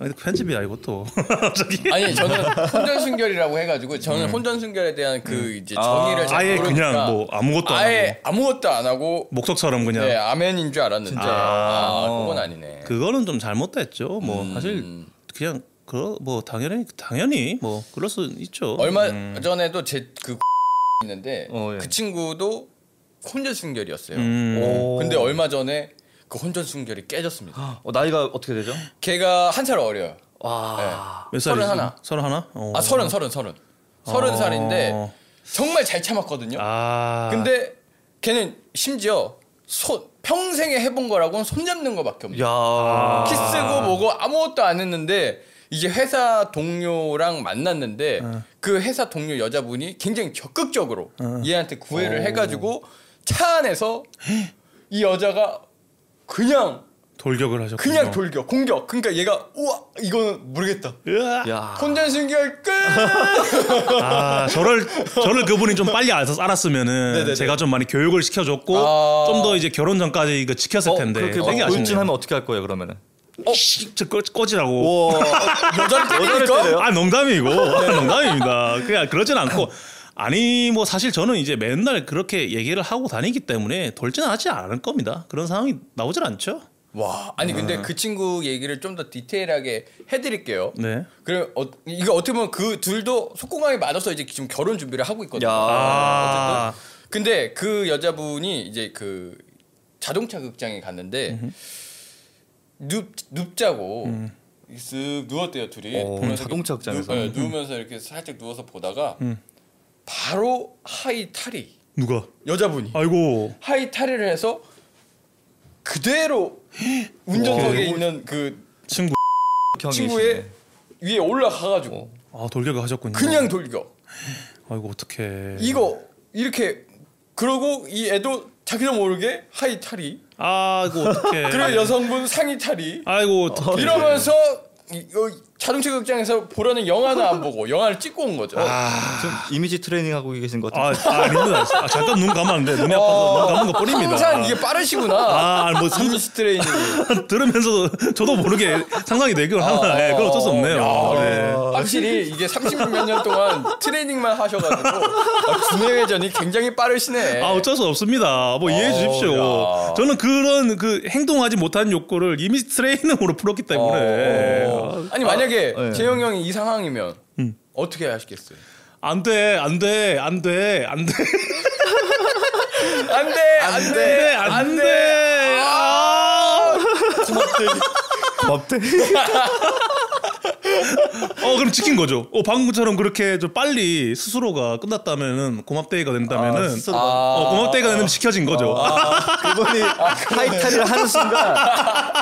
[SPEAKER 1] 아니, 편집이야 이것도. 저기.
[SPEAKER 2] 아니 저는 혼전 순결이라고 해가지고 저는 혼전 순결에 대한 그 이제 정의를 잘
[SPEAKER 1] 네. 아예
[SPEAKER 2] 모르니까
[SPEAKER 1] 그냥 뭐 아무것도 안
[SPEAKER 2] 그러니까 아예 아무것도 안 하고
[SPEAKER 1] 목석처럼 그냥 어.
[SPEAKER 2] 네 아멘인 줄 알았는데 아, 그건 아니네.
[SPEAKER 1] 그거는 좀 잘못됐죠. 뭐
[SPEAKER 2] 음.
[SPEAKER 1] 사실 그냥 그 뭐 당연히 당연히 뭐 그럴 수 있죠.
[SPEAKER 2] 얼마
[SPEAKER 1] 음.
[SPEAKER 2] 전에도 제 그 있는데
[SPEAKER 3] 어, 예.
[SPEAKER 2] 그 친구도 혼전 순결이었어요.
[SPEAKER 1] 음.
[SPEAKER 3] 오.
[SPEAKER 2] 근데 얼마 전에 그 혼전 순결이 깨졌습니다.
[SPEAKER 3] 어, 나이가 어떻게 되죠?
[SPEAKER 2] 걔가 한 살 어려요.
[SPEAKER 3] 와.
[SPEAKER 1] 몇 살이지?
[SPEAKER 2] 서른 하나.
[SPEAKER 1] 서른 하나? 어.
[SPEAKER 2] 아 서른 서른 서른 서른 살인데 정말 잘 참았거든요.
[SPEAKER 1] 아.
[SPEAKER 2] 근데 걔는 심지어 손 평생에 해본 거라고는 손 잡는 거밖에 없는.
[SPEAKER 3] 야.
[SPEAKER 2] 아.
[SPEAKER 3] 아.
[SPEAKER 2] 키스고 뭐고 아무것도 안 했는데 이제 회사 동료랑 만났는데 그 회사 동료 여자분이 굉장히 적극적으로 얘한테 구애를 해가지고 차 안에서 이 여자가 그냥
[SPEAKER 1] 돌격을 하셨군요.
[SPEAKER 2] 그냥 돌격 공격 그러니까 얘가 우와 이거는 모르겠다
[SPEAKER 1] 으아!
[SPEAKER 3] 야.
[SPEAKER 2] 혼전 순결 끝
[SPEAKER 1] 아, 저를 저를 그분이 좀 빨리 알아서 알았으면은
[SPEAKER 2] 네네네.
[SPEAKER 1] 제가 좀 많이 교육을 시켜줬고
[SPEAKER 2] 아.
[SPEAKER 1] 좀 더 이제 결혼 전까지 그 지켰을
[SPEAKER 3] 어,
[SPEAKER 1] 텐데.
[SPEAKER 3] 그렇게
[SPEAKER 1] 되게
[SPEAKER 3] 막
[SPEAKER 1] 아쉽네요.
[SPEAKER 3] 울진하면 어떻게 할 거예요 그러면은?
[SPEAKER 1] 어, 씨, 저 꺼- 꺼지라고.
[SPEAKER 2] 여자를 때리니까
[SPEAKER 1] 아 농담이고 농담입니다. 그냥 그러진 않고 아니 뭐 사실 저는 이제 맨날 그렇게 얘기를 하고 다니기 때문에 돌지는 하지 않을 겁니다. 그런 상황이 나오질 않죠.
[SPEAKER 2] 와 아니 근데 그 친구 얘기를 좀 더 디테일하게 해드릴게요.
[SPEAKER 1] 네.
[SPEAKER 2] 그래 어, 이거 어떻게 보면 그 둘도 속공항에 맞아서 이제 지금 결혼 준비를 하고 있거든요.
[SPEAKER 3] 야.
[SPEAKER 1] 아.
[SPEAKER 2] 어쨌든 근데 그 여자분이 이제 그 자동차 극장에 갔는데 눕 눕자고 쓱 누웠대요 둘이.
[SPEAKER 3] 오,
[SPEAKER 2] 보면서
[SPEAKER 3] 자동차
[SPEAKER 2] 이렇게
[SPEAKER 3] 극장에서? 음.
[SPEAKER 2] 누, 우면서 이렇게 살짝 누워서 보다가 바로 하이 탈이
[SPEAKER 1] 누가?
[SPEAKER 2] 여자분이
[SPEAKER 1] 아이고.
[SPEAKER 2] 하이 탈의를 해서 그대로 운전석에 있는 그
[SPEAKER 1] 친구.
[SPEAKER 3] 형이
[SPEAKER 2] 친구의 위에 올라가가지고
[SPEAKER 1] 아 돌격을 하셨군요.
[SPEAKER 2] 그냥 돌격.
[SPEAKER 1] 아이고 어떡해.
[SPEAKER 2] 이거
[SPEAKER 1] 네.
[SPEAKER 2] 이렇게 그러고 이 애도 자기도 모르게 하이 탈이
[SPEAKER 1] 네, 아이고 어떡해.
[SPEAKER 2] 그리고 여성분 상의 탈이
[SPEAKER 1] 아이고 어떡해.
[SPEAKER 2] 이러면서 이- 어, 자동차 극장에서 보라는 영화는 안 보고 영화를 찍고 온 거죠.
[SPEAKER 3] 좀 이미지 트레이닝 하고 계신 것 같아요.
[SPEAKER 1] 아, 아, 아닙니다. 아, 잠깐 눈 감았는데 눈이 아파서
[SPEAKER 2] 어,
[SPEAKER 1] 눈 감은 것 뿐입니다. 아.
[SPEAKER 2] 항상 이게 빠르시구나.
[SPEAKER 1] 아뭐
[SPEAKER 2] 이미지 트레이닝.
[SPEAKER 1] 들으면서 저도 모르게 상상이 되긴 하나. 예, 그건 어쩔 수 없네요.
[SPEAKER 2] 야,
[SPEAKER 1] 네.
[SPEAKER 2] 확실히 이게 30몇년 동안 트레이닝만 하셔가지고 아, 두뇌회전이 굉장히 빠르시네.
[SPEAKER 1] 아 어쩔 수 없습니다. 뭐 이해해
[SPEAKER 2] 예. 어우,
[SPEAKER 1] 주십시오.
[SPEAKER 2] 야.
[SPEAKER 1] 저는 그런 그 행동하지 못한 욕구를 이미 트레이닝으로 풀었기 때문에
[SPEAKER 2] 어. 아니 만약에
[SPEAKER 1] 네.
[SPEAKER 3] 아, 예.
[SPEAKER 2] 재영 형이 이 상황이면
[SPEAKER 1] 음.
[SPEAKER 2] 어떻게 하시겠어요?
[SPEAKER 1] 안돼안돼안돼안돼안돼안돼
[SPEAKER 2] 안돼 안돼 안돼
[SPEAKER 1] 아,
[SPEAKER 3] 맙대.
[SPEAKER 1] 어 그럼 지킨 거죠. 어 방금처럼 그렇게 좀 빨리 스스로가 끝났다면은 고맙대이가 된다면은
[SPEAKER 3] 아, 스스로가.
[SPEAKER 1] 어 고맙대이가 되면 지켜진 거죠.
[SPEAKER 3] 그분이 타이탈을 하는 순간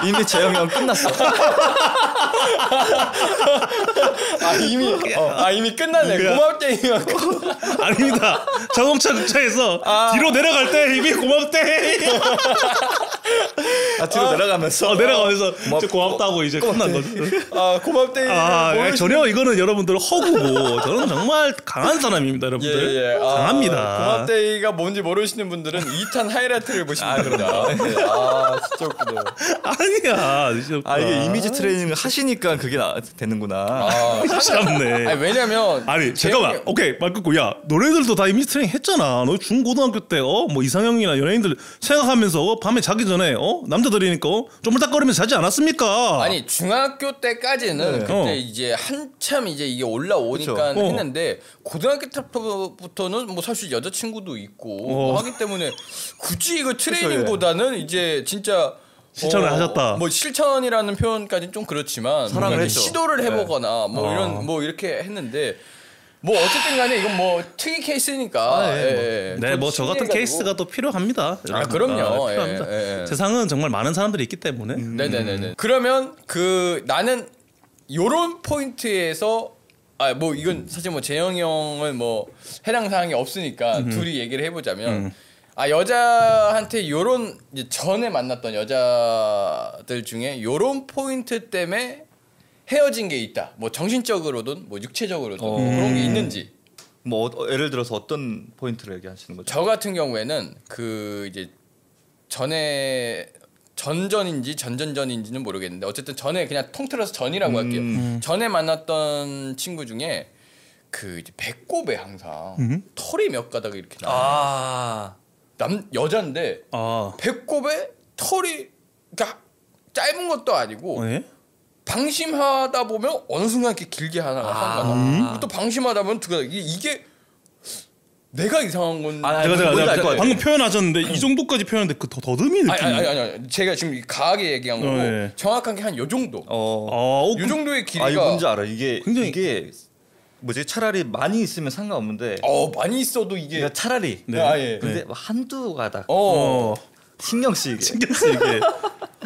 [SPEAKER 3] 이미 재영이 형 끝났어.
[SPEAKER 2] 아 이미 아 이미 끝났네.
[SPEAKER 1] 그냥-
[SPEAKER 2] 고마울 때이면
[SPEAKER 1] 아닙니다. 자동차 주차해서 뒤로 내려갈 때 이미 고맙대.
[SPEAKER 3] 아, 뒤로 내려가면서
[SPEAKER 1] 어, 내려가면서 이제 고맙다고 이제 끝난 거죠.
[SPEAKER 2] 아 고마울 때이면
[SPEAKER 1] 아
[SPEAKER 2] 모르-
[SPEAKER 1] 예, 전혀 이거는 여러분들 허구고 저는 정말 강한 사람입니다, 여러분들.
[SPEAKER 2] 예, 예. 아,
[SPEAKER 1] 강합니다.
[SPEAKER 2] 고맙데이가 뭔지 모르시는 분들은 2탄 하이라이트를 보시면 됩니다. 네. 아, 진짜 웃기네요.
[SPEAKER 1] 아니야. 진짜
[SPEAKER 3] 아
[SPEAKER 2] 예.
[SPEAKER 3] 이게 이미지 트레이닝을 하시니까 그게 나, 되는구나.
[SPEAKER 2] 아,
[SPEAKER 1] 참네.
[SPEAKER 2] 아니, 왜냐면
[SPEAKER 1] 예. 아니
[SPEAKER 2] 재영이-
[SPEAKER 1] 잠깐만 오케이 말 끊고 야 너네들도 다 이미지 트레이닝 했잖아 너 중고등학교 때 어 뭐 이상형이나 연예인들 생각하면서 어, 밤에 자기 전에 어 남자들이니까 어, 좀물딱거리면서 자지 않았습니까
[SPEAKER 2] 아니 중학교 때까지는 그때
[SPEAKER 1] 어.
[SPEAKER 2] 이제 한참 이제 이게 올라오니까
[SPEAKER 1] 그쵸. 어.
[SPEAKER 2] 했는데 고등학교 때부터는 뭐 사실 여자친구도 있고
[SPEAKER 1] 어.
[SPEAKER 2] 뭐 하기 때문에 굳이 이거 트레이닝보다는 이제 진짜
[SPEAKER 1] 예. 실천을
[SPEAKER 2] 어,
[SPEAKER 1] 하셨다.
[SPEAKER 2] 뭐 실천이라는 표현까지는 좀 그렇지만
[SPEAKER 3] 사랑을
[SPEAKER 2] 뭔가 이제
[SPEAKER 3] 했죠.
[SPEAKER 1] 네.
[SPEAKER 2] 시도를 해보거나
[SPEAKER 1] 아.
[SPEAKER 2] 뭐 이런 뭐 이렇게 했는데 뭐 어쨌든간에 이건 뭐 특이 케이스니까. 예, 예.
[SPEAKER 1] 네, 뭐 저
[SPEAKER 2] 좀
[SPEAKER 1] 같은
[SPEAKER 2] 신기해가지고.
[SPEAKER 1] 케이스가 또 필요합니다. 여러분.
[SPEAKER 2] 그럼요.
[SPEAKER 1] 아, 필요합니다.
[SPEAKER 2] 예, 음. 예, 예.
[SPEAKER 1] 세상은 정말 많은 사람들이 있기 때문에.
[SPEAKER 2] 네네네네. 그러면 그 나는 요런 포인트에서 아 뭐 이건 사실 뭐 재영 형은 뭐 해당 사항이 없으니까 둘이 얘기를 해보자면 아 여자한테 요런 이제 전에 만났던 여자들 중에 요런 포인트 때문에 헤어진 게 있다. 뭐 정신적으로든 뭐 육체적으로든 그런 게 있는지.
[SPEAKER 3] 뭐 어, 예를 들어서 어떤 포인트를 얘기하시는 거죠?
[SPEAKER 2] 저 같은 경우에는 그 이제 전에 전전인지 전전전인지는 모르겠는데 어쨌든 전에 그냥 통틀어서 전이라고 할게요.
[SPEAKER 3] 음.
[SPEAKER 2] 전에 만났던 친구 중에 그 이제 배꼽에 항상 털이 몇 가닥 이렇게 나.
[SPEAKER 3] 아,
[SPEAKER 2] 남 여잔데
[SPEAKER 1] 아,
[SPEAKER 2] 배꼽에 털이 그러니까 짧은 것도 아니고
[SPEAKER 1] 예?
[SPEAKER 2] 방심하다 보면 어느 순간 이렇게 길게
[SPEAKER 3] 아.
[SPEAKER 2] 하나가 한 가닥. 그리고 또 방심하다 보면 두 가닥. 이게- 이게 내가 이상한 건 네.
[SPEAKER 3] 아,
[SPEAKER 1] 제가 제가,
[SPEAKER 3] 뭔지
[SPEAKER 1] 제가
[SPEAKER 3] 알것 같아.
[SPEAKER 1] 방금 표현하셨는데 이 정도까지 표현했는데 그 더듬이 느낌.
[SPEAKER 2] 아니 아니 아니, 아니 제가 지금 가하게 얘기한 거고
[SPEAKER 1] 어, 예.
[SPEAKER 2] 정확한 게 한 요 정도
[SPEAKER 3] 어,
[SPEAKER 1] 아, 오,
[SPEAKER 2] 요 정도의 길이가
[SPEAKER 3] 아 이거 뭔지 알아? 이게
[SPEAKER 1] 굉장히-
[SPEAKER 3] 이게 뭐지? 차라리 많이 있으면 상관없는데
[SPEAKER 2] 어 많이 있어도 이게
[SPEAKER 3] 그러니까 차라리
[SPEAKER 1] 네.
[SPEAKER 2] 아, 예.
[SPEAKER 3] 근데 뭐 한두 가닥
[SPEAKER 2] 어,
[SPEAKER 1] 어,
[SPEAKER 3] 신경 쓰이게.
[SPEAKER 1] 신기했어 이게.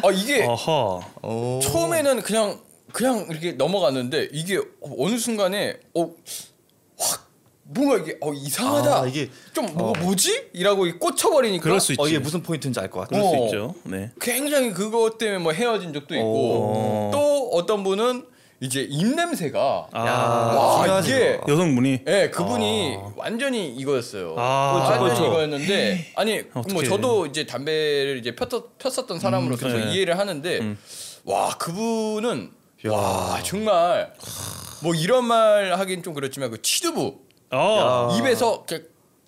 [SPEAKER 2] 아 이게
[SPEAKER 1] 아하.
[SPEAKER 3] 어.
[SPEAKER 2] 처음에는 그냥 그냥 이렇게 넘어갔는데 이게 어느 순간에 어확 뭔가 이게 어 이상하다
[SPEAKER 3] 아, 이게-
[SPEAKER 2] 좀 뭐, 뭐지? 이라고 이 꽂혀버리니까
[SPEAKER 1] 어. 그럴 수 있지.
[SPEAKER 3] 어 이게 무슨 포인트인지 알 것 같아.
[SPEAKER 1] 그럴 수
[SPEAKER 2] 어.
[SPEAKER 1] 있죠. 네.
[SPEAKER 2] 굉장히 그것 때문에 뭐 헤어진 적도 있고
[SPEAKER 1] 어.
[SPEAKER 2] 또 어떤 분은 이제 입냄새가
[SPEAKER 1] 아,
[SPEAKER 2] 와,
[SPEAKER 3] 중요하지,
[SPEAKER 2] 이게-
[SPEAKER 3] 그거.
[SPEAKER 1] 여성분이.
[SPEAKER 2] 예, 그분이 완전히 이거였어요.
[SPEAKER 1] 아. 그렇죠,
[SPEAKER 2] 완전히
[SPEAKER 3] 그렇죠.
[SPEAKER 2] 이거였는데 아니 뭐
[SPEAKER 1] 어떡해.
[SPEAKER 2] 저도 이제 담배를 이제 폈었, 폈었던 사람으로서 저
[SPEAKER 1] 네.
[SPEAKER 2] 이해를 하는데 와 그분은 와 정말 뭐 이런 말 하긴 좀 그렇지만 그 치두부
[SPEAKER 1] 아,
[SPEAKER 2] 입에서 이렇게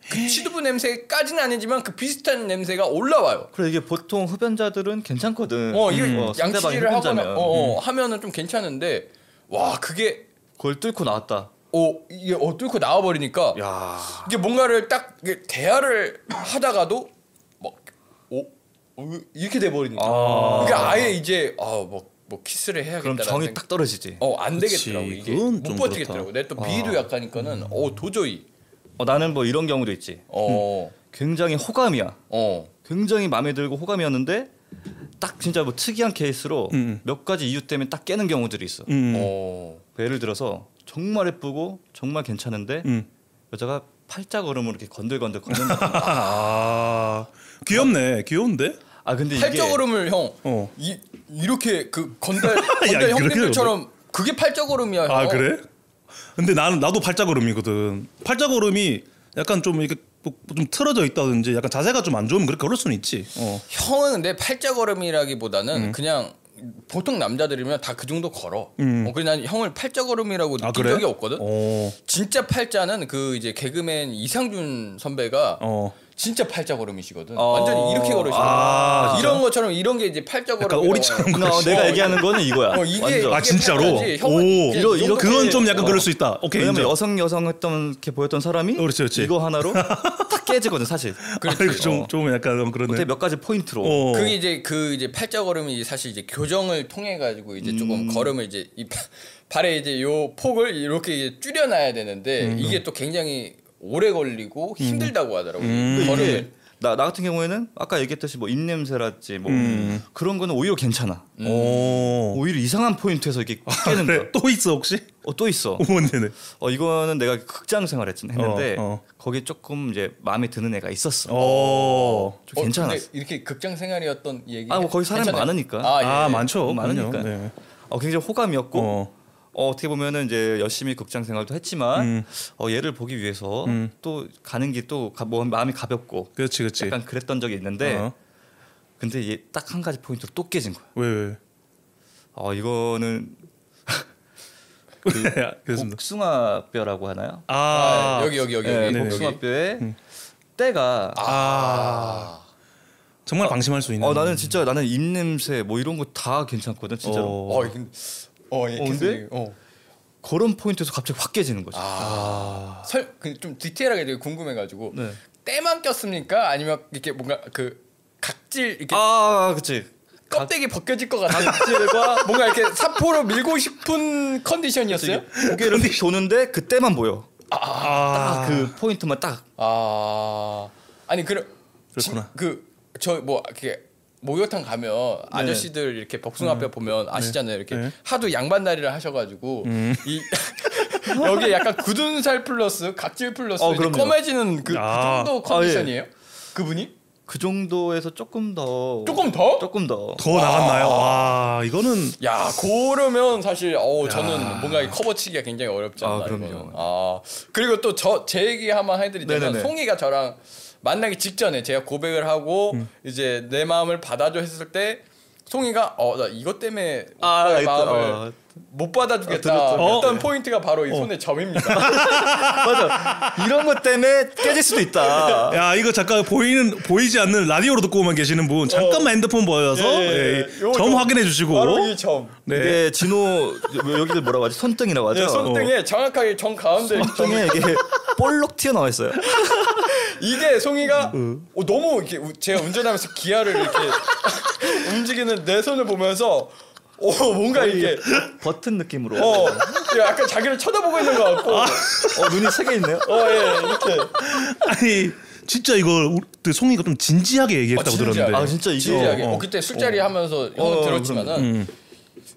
[SPEAKER 2] 그 치두부 냄새까지는 아니지만 그 비슷한 냄새가 올라와요.
[SPEAKER 3] 그래 이게 보통 흡연자들은 괜찮거든. 음.
[SPEAKER 2] 어
[SPEAKER 1] 음.
[SPEAKER 2] 이게
[SPEAKER 3] 상대방이
[SPEAKER 2] 양치질을 하거나
[SPEAKER 3] 흡연자면.
[SPEAKER 2] 어, 어, 하면은 좀 괜찮은데 와 그게
[SPEAKER 3] 그걸 뚫고 나왔다.
[SPEAKER 2] 어 이게 어 뚫고 나와버리니까
[SPEAKER 3] 야.
[SPEAKER 2] 이게 뭔가를 딱 이게 대화를 하다가도 막 오, 어, 이렇게 돼버리니까 그러니까 아예 이제 아뭐 뭐 키스를
[SPEAKER 3] 그럼
[SPEAKER 2] 해야겠다라는
[SPEAKER 3] 정이
[SPEAKER 2] 생각-
[SPEAKER 3] 딱 떨어지지.
[SPEAKER 2] 어, 안
[SPEAKER 1] 그치,
[SPEAKER 2] 되겠더라고 이게
[SPEAKER 1] 그건
[SPEAKER 2] 못
[SPEAKER 1] 좀 아. 음.
[SPEAKER 2] 버티겠더라고. 내가 또 비위도 약하니까는 어 도저히
[SPEAKER 3] 어, 나는 뭐 이런 경우도 있지.
[SPEAKER 1] 음.
[SPEAKER 2] 어
[SPEAKER 3] 굉장히 호감이야.
[SPEAKER 2] 어.
[SPEAKER 3] 굉장히 마음에 들고 호감이었는데 딱 진짜 뭐 특이한 케이스로
[SPEAKER 1] 음.
[SPEAKER 3] 몇 가지 이유 때문에 딱 깨는 경우들이 있어.
[SPEAKER 1] 음,
[SPEAKER 2] 어.
[SPEAKER 3] 예를 들어서 정말 예쁘고 정말 괜찮은데
[SPEAKER 1] 음.
[SPEAKER 3] 여자가 팔자걸음으로 이렇게 건들건들 건든다.
[SPEAKER 1] 아, 귀엽네. 귀여운데?
[SPEAKER 3] 아 근데 이게
[SPEAKER 2] 팔자걸음을 형
[SPEAKER 1] 어.
[SPEAKER 2] 이, 이렇게 그 건달
[SPEAKER 1] 그렇게
[SPEAKER 2] 건달 형님들처럼 그게 팔자걸음이야.
[SPEAKER 1] 아
[SPEAKER 2] 형.
[SPEAKER 1] 그래? 근데 나는 나도 팔자걸음이거든. 팔자걸음이 약간 좀 이렇게 뭐좀 틀어져 있다든지 약간 자세가 좀 안 좋으면 그렇게 걸을 수는 있지. 어.
[SPEAKER 2] 형은 근데 팔자걸음이라기보다는 그냥 보통 남자들이면 다 그 정도 걸어. 어, 그래 난 형을 팔자걸음이라고 느낀
[SPEAKER 1] 음. 아 그래?
[SPEAKER 2] 적이 없거든.
[SPEAKER 1] 어.
[SPEAKER 2] 진짜 팔자는 그 이제 개그맨 이상준 선배가
[SPEAKER 1] 어.
[SPEAKER 2] 진짜 팔자걸음이시거든.
[SPEAKER 3] 어.
[SPEAKER 2] 완전히 이렇게 걸으시거든.
[SPEAKER 1] 아,
[SPEAKER 2] 이런 것처럼 이런 게 이제 팔자걸음.
[SPEAKER 1] 약간 오리처럼
[SPEAKER 3] 나- 어, 내가 얘기하는 거는 이거야.
[SPEAKER 2] 어, 이게-
[SPEAKER 3] 완전.
[SPEAKER 1] 아 진짜로?
[SPEAKER 2] 팔자지.
[SPEAKER 1] 오.
[SPEAKER 2] 형은 이제
[SPEAKER 1] 이러- 이러- 그건 좀 약간
[SPEAKER 3] 어.
[SPEAKER 1] 그럴 수 있다. 오케이.
[SPEAKER 3] 왜냐면
[SPEAKER 1] 인정.
[SPEAKER 3] 여성 여성 했던 이렇게 보였던 사람이
[SPEAKER 1] 어, 그렇지, 그렇지.
[SPEAKER 3] 이거 하나로 딱 깨지거든 사실.
[SPEAKER 2] 그렇지.
[SPEAKER 1] 아이고 좀,
[SPEAKER 2] 어.
[SPEAKER 1] 좀 약간 그런
[SPEAKER 3] 그렇죠. 어떻게 몇 가지 포인트로.
[SPEAKER 1] 네. 어.
[SPEAKER 2] 그게 이제 그 이제 팔자 걸음이 사실 이제 교정을 통해 가지고 이제 조금 걸음을 이제 이 바- 발에 이제 요 폭을 이렇게 이제 줄여놔야 되는데
[SPEAKER 1] 음.
[SPEAKER 2] 이게 또 굉장히 오래 걸리고 힘들다고 하더라고요.
[SPEAKER 1] 음.
[SPEAKER 2] 걸음을
[SPEAKER 3] 나, 나 같은 경우에는 아까 얘기했듯이 뭐 입냄새랄지 뭐 그런 거는 오히려 괜찮아. 어.
[SPEAKER 1] 오.
[SPEAKER 3] 오히려 이상한 포인트에서 이렇게 깨는 거.
[SPEAKER 1] 음. 어. 그래. 또 있어 혹시?
[SPEAKER 3] 어, 또 있어.
[SPEAKER 1] 오 네네.
[SPEAKER 3] 어, 이거는 내가 극장 생활했지 했는데
[SPEAKER 1] 어, 어.
[SPEAKER 3] 거기 조금 이제 마음에 드는 애가 있었어.
[SPEAKER 1] 오.
[SPEAKER 3] 좀
[SPEAKER 2] 어,
[SPEAKER 3] 괜찮았어.
[SPEAKER 2] 근데 이렇게 극장 생활이었던 얘기.
[SPEAKER 3] 아, 뭐 거기 사람이
[SPEAKER 2] 괜찮아요?
[SPEAKER 3] 많으니까.
[SPEAKER 2] 아, 예.
[SPEAKER 1] 아 많죠.
[SPEAKER 3] 네, 많으니까.
[SPEAKER 1] 그럼요. 네.
[SPEAKER 3] 어, 굉장히 호감이었고
[SPEAKER 1] 어.
[SPEAKER 3] 어, 어떻게 보면은 이제 열심히 극장 생활도 했지만
[SPEAKER 1] 음.
[SPEAKER 3] 어, 얘를 보기 위해서
[SPEAKER 1] 음.
[SPEAKER 3] 또 가는 게 또 마음이 가볍고
[SPEAKER 1] 그렇지 그렇지.
[SPEAKER 3] 약간 네. 그랬던 적이 있는데
[SPEAKER 1] 어.
[SPEAKER 3] 근데 얘 딱 한 가지 포인트로 또 깨진 거야.
[SPEAKER 1] 왜 왜?
[SPEAKER 3] 어, 이거는
[SPEAKER 1] 그렇습니다.
[SPEAKER 3] 복숭아뼈라고 하나요?
[SPEAKER 1] 뭐? 아,
[SPEAKER 2] 여기 여기 여기
[SPEAKER 3] 예,
[SPEAKER 2] 여기.
[SPEAKER 1] 네.
[SPEAKER 2] 여기.
[SPEAKER 3] 복숭아뼈에 때가
[SPEAKER 1] 아. 정말 방심할 수 있는.
[SPEAKER 3] 어 나는 진짜 나는 입냄새 뭐 이런 거 다 괜찮거든 진짜로
[SPEAKER 1] 어.
[SPEAKER 2] 어, 이건 어, 예,
[SPEAKER 3] 어,
[SPEAKER 2] 계속
[SPEAKER 3] 근데?
[SPEAKER 2] 얘기- 어.
[SPEAKER 3] 그런 포인트에서 갑자기 확 깨지는 거지
[SPEAKER 2] 아. 설, 그 좀 디테일하게 되게 궁금해가지고
[SPEAKER 3] 네.
[SPEAKER 2] 때만 꼈습니까? 아니면 이렇게 뭔가 그 각질 이렇게
[SPEAKER 3] 아 그치
[SPEAKER 2] 껍데기 벗겨질 것 같은
[SPEAKER 3] 각질과
[SPEAKER 2] 뭔가 이렇게 사포로 밀고 싶은 컨디션이었어요?
[SPEAKER 3] 고개를 휙 도는데 그때만 보여
[SPEAKER 1] 아.
[SPEAKER 3] 딱 그 포인트만 딱
[SPEAKER 2] 아 아니 그럼
[SPEAKER 1] 그렇구나.
[SPEAKER 2] 그저뭐 이렇게 목욕탕 가면 아저씨들 이렇게 복숭아뼈 보면 아시잖아요 이렇게
[SPEAKER 1] 음. 네. 음.
[SPEAKER 2] 하도 양반다리를 하셔가지고 이 여기에 약간 굳은 살 플러스 각질 플러스
[SPEAKER 3] 어,
[SPEAKER 2] 이제
[SPEAKER 3] 그럼요.
[SPEAKER 2] 검해지는 그, 그
[SPEAKER 1] 아.
[SPEAKER 2] 정도 컨디션이에요? 그분이
[SPEAKER 3] 그 정도에서 조금
[SPEAKER 1] 어.
[SPEAKER 3] 더
[SPEAKER 2] 조금 더?
[SPEAKER 3] 조금 더
[SPEAKER 1] 더 나갔나요? 와 이거는
[SPEAKER 2] 야, 그러면 사실 어 저는 뭔가 이 커버치기가 굉장히 어렵잖아요.
[SPEAKER 3] 아, 그럼요.
[SPEAKER 2] 이거는. 아, 그리고 또 저 제 얘기 한번 해드리자면
[SPEAKER 3] 네네네.
[SPEAKER 2] 송이가 저랑 만나기 직전에 제가 고백을 하고
[SPEAKER 3] 음.
[SPEAKER 2] 이제 내 마음을 받아줘 했을 때 송이가 어 나 이것 때문에
[SPEAKER 3] 아,
[SPEAKER 2] 오빠의
[SPEAKER 3] 알겠다.
[SPEAKER 2] 마음을
[SPEAKER 3] 어.
[SPEAKER 2] 못 받아주겠다
[SPEAKER 3] 아, 들었죠. 어.
[SPEAKER 2] 했던 포인트가 바로 이 손의 점입니다.
[SPEAKER 3] 맞아 이런 것 때문에 깨질 수도 있다
[SPEAKER 1] 야 이거 잠깐 보이는 보이지 않는 라디오로 듣고만 계시는 분
[SPEAKER 3] 어.
[SPEAKER 1] 잠깐만 핸드폰 보여서
[SPEAKER 2] 예, 예, 예.
[SPEAKER 1] 예,
[SPEAKER 2] 요거
[SPEAKER 1] 점
[SPEAKER 2] 좀
[SPEAKER 1] 확인해 주시고
[SPEAKER 2] 바로 이 점.
[SPEAKER 1] 네.
[SPEAKER 3] 이게 진호 여기들 뭐라고 하지 손등이라고 하죠
[SPEAKER 2] 네, 손등에 정확하게 정 가운데 점
[SPEAKER 3] 어. 손등에 이게 볼록 튀어나와 있어요
[SPEAKER 2] 이게 송이가 어, 너무 이렇게 우- 제가 운전하면서 기아를 이렇게 움직이는 내 손을 보면서 어 뭔가 이게
[SPEAKER 3] 버튼 느낌으로
[SPEAKER 2] 어 약간 자기를 쳐다보고 있는 것 같고
[SPEAKER 3] 어, 눈이 세 개 있네요
[SPEAKER 2] 어 예
[SPEAKER 1] 아,
[SPEAKER 2] 이렇게
[SPEAKER 1] 아니 진짜 이거 우리- 그 송이가 좀 진지하게 얘기했다고
[SPEAKER 2] 진지하게.
[SPEAKER 1] 들었는데
[SPEAKER 3] 아 진짜 이게
[SPEAKER 2] 진지하게
[SPEAKER 1] 어,
[SPEAKER 2] 어,
[SPEAKER 1] 어.
[SPEAKER 2] 그때 술자리 하면서 형은
[SPEAKER 3] 어, 음.
[SPEAKER 2] 들었지만은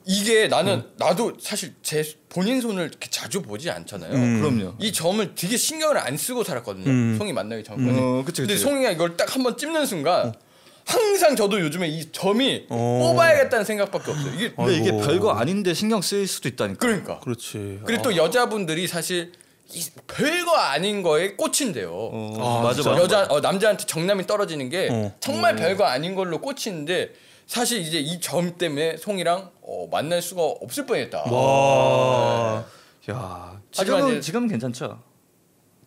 [SPEAKER 2] 이게 나는 나도 사실 제 본인 손을 이렇게 자주 보지 않잖아요.
[SPEAKER 3] 음. 그럼요.
[SPEAKER 2] 이 점을 되게 신경을 안 쓰고 살았거든요.
[SPEAKER 1] 음.
[SPEAKER 2] 송이 만나기 전까지.
[SPEAKER 3] 어, 그치,
[SPEAKER 2] 근데
[SPEAKER 3] 그치.
[SPEAKER 2] 송이가 이걸 딱 한번 찝는 순간 항상 저도 요즘에 이 점이
[SPEAKER 1] 어.
[SPEAKER 2] 뽑아야겠다는 생각밖에 없어요. 이게
[SPEAKER 1] 어.
[SPEAKER 3] 근데 이게
[SPEAKER 1] 아이고.
[SPEAKER 3] 별거 아닌데 신경 쓰일 수도 있다니까.
[SPEAKER 2] 그러니까.
[SPEAKER 1] 그렇지
[SPEAKER 2] 그리고 또 여자분들이 사실 이 별거 아닌 거에 꽂힌대요.
[SPEAKER 3] 어,
[SPEAKER 1] 아,
[SPEAKER 3] 맞아
[SPEAKER 1] 진짜?
[SPEAKER 3] 맞아.
[SPEAKER 2] 그,
[SPEAKER 3] 음.
[SPEAKER 2] 여자 어, 남자한테 정남이 떨어지는 게
[SPEAKER 1] 어.
[SPEAKER 2] 정말 별거 아닌 걸로 꽂히는데 사실 이제 이 점 때문에 송이랑 어, 만날 수가 없을 뻔했다.
[SPEAKER 1] 와
[SPEAKER 3] 야
[SPEAKER 2] 하지만 이제-
[SPEAKER 3] 지금은 지금 은 괜찮죠?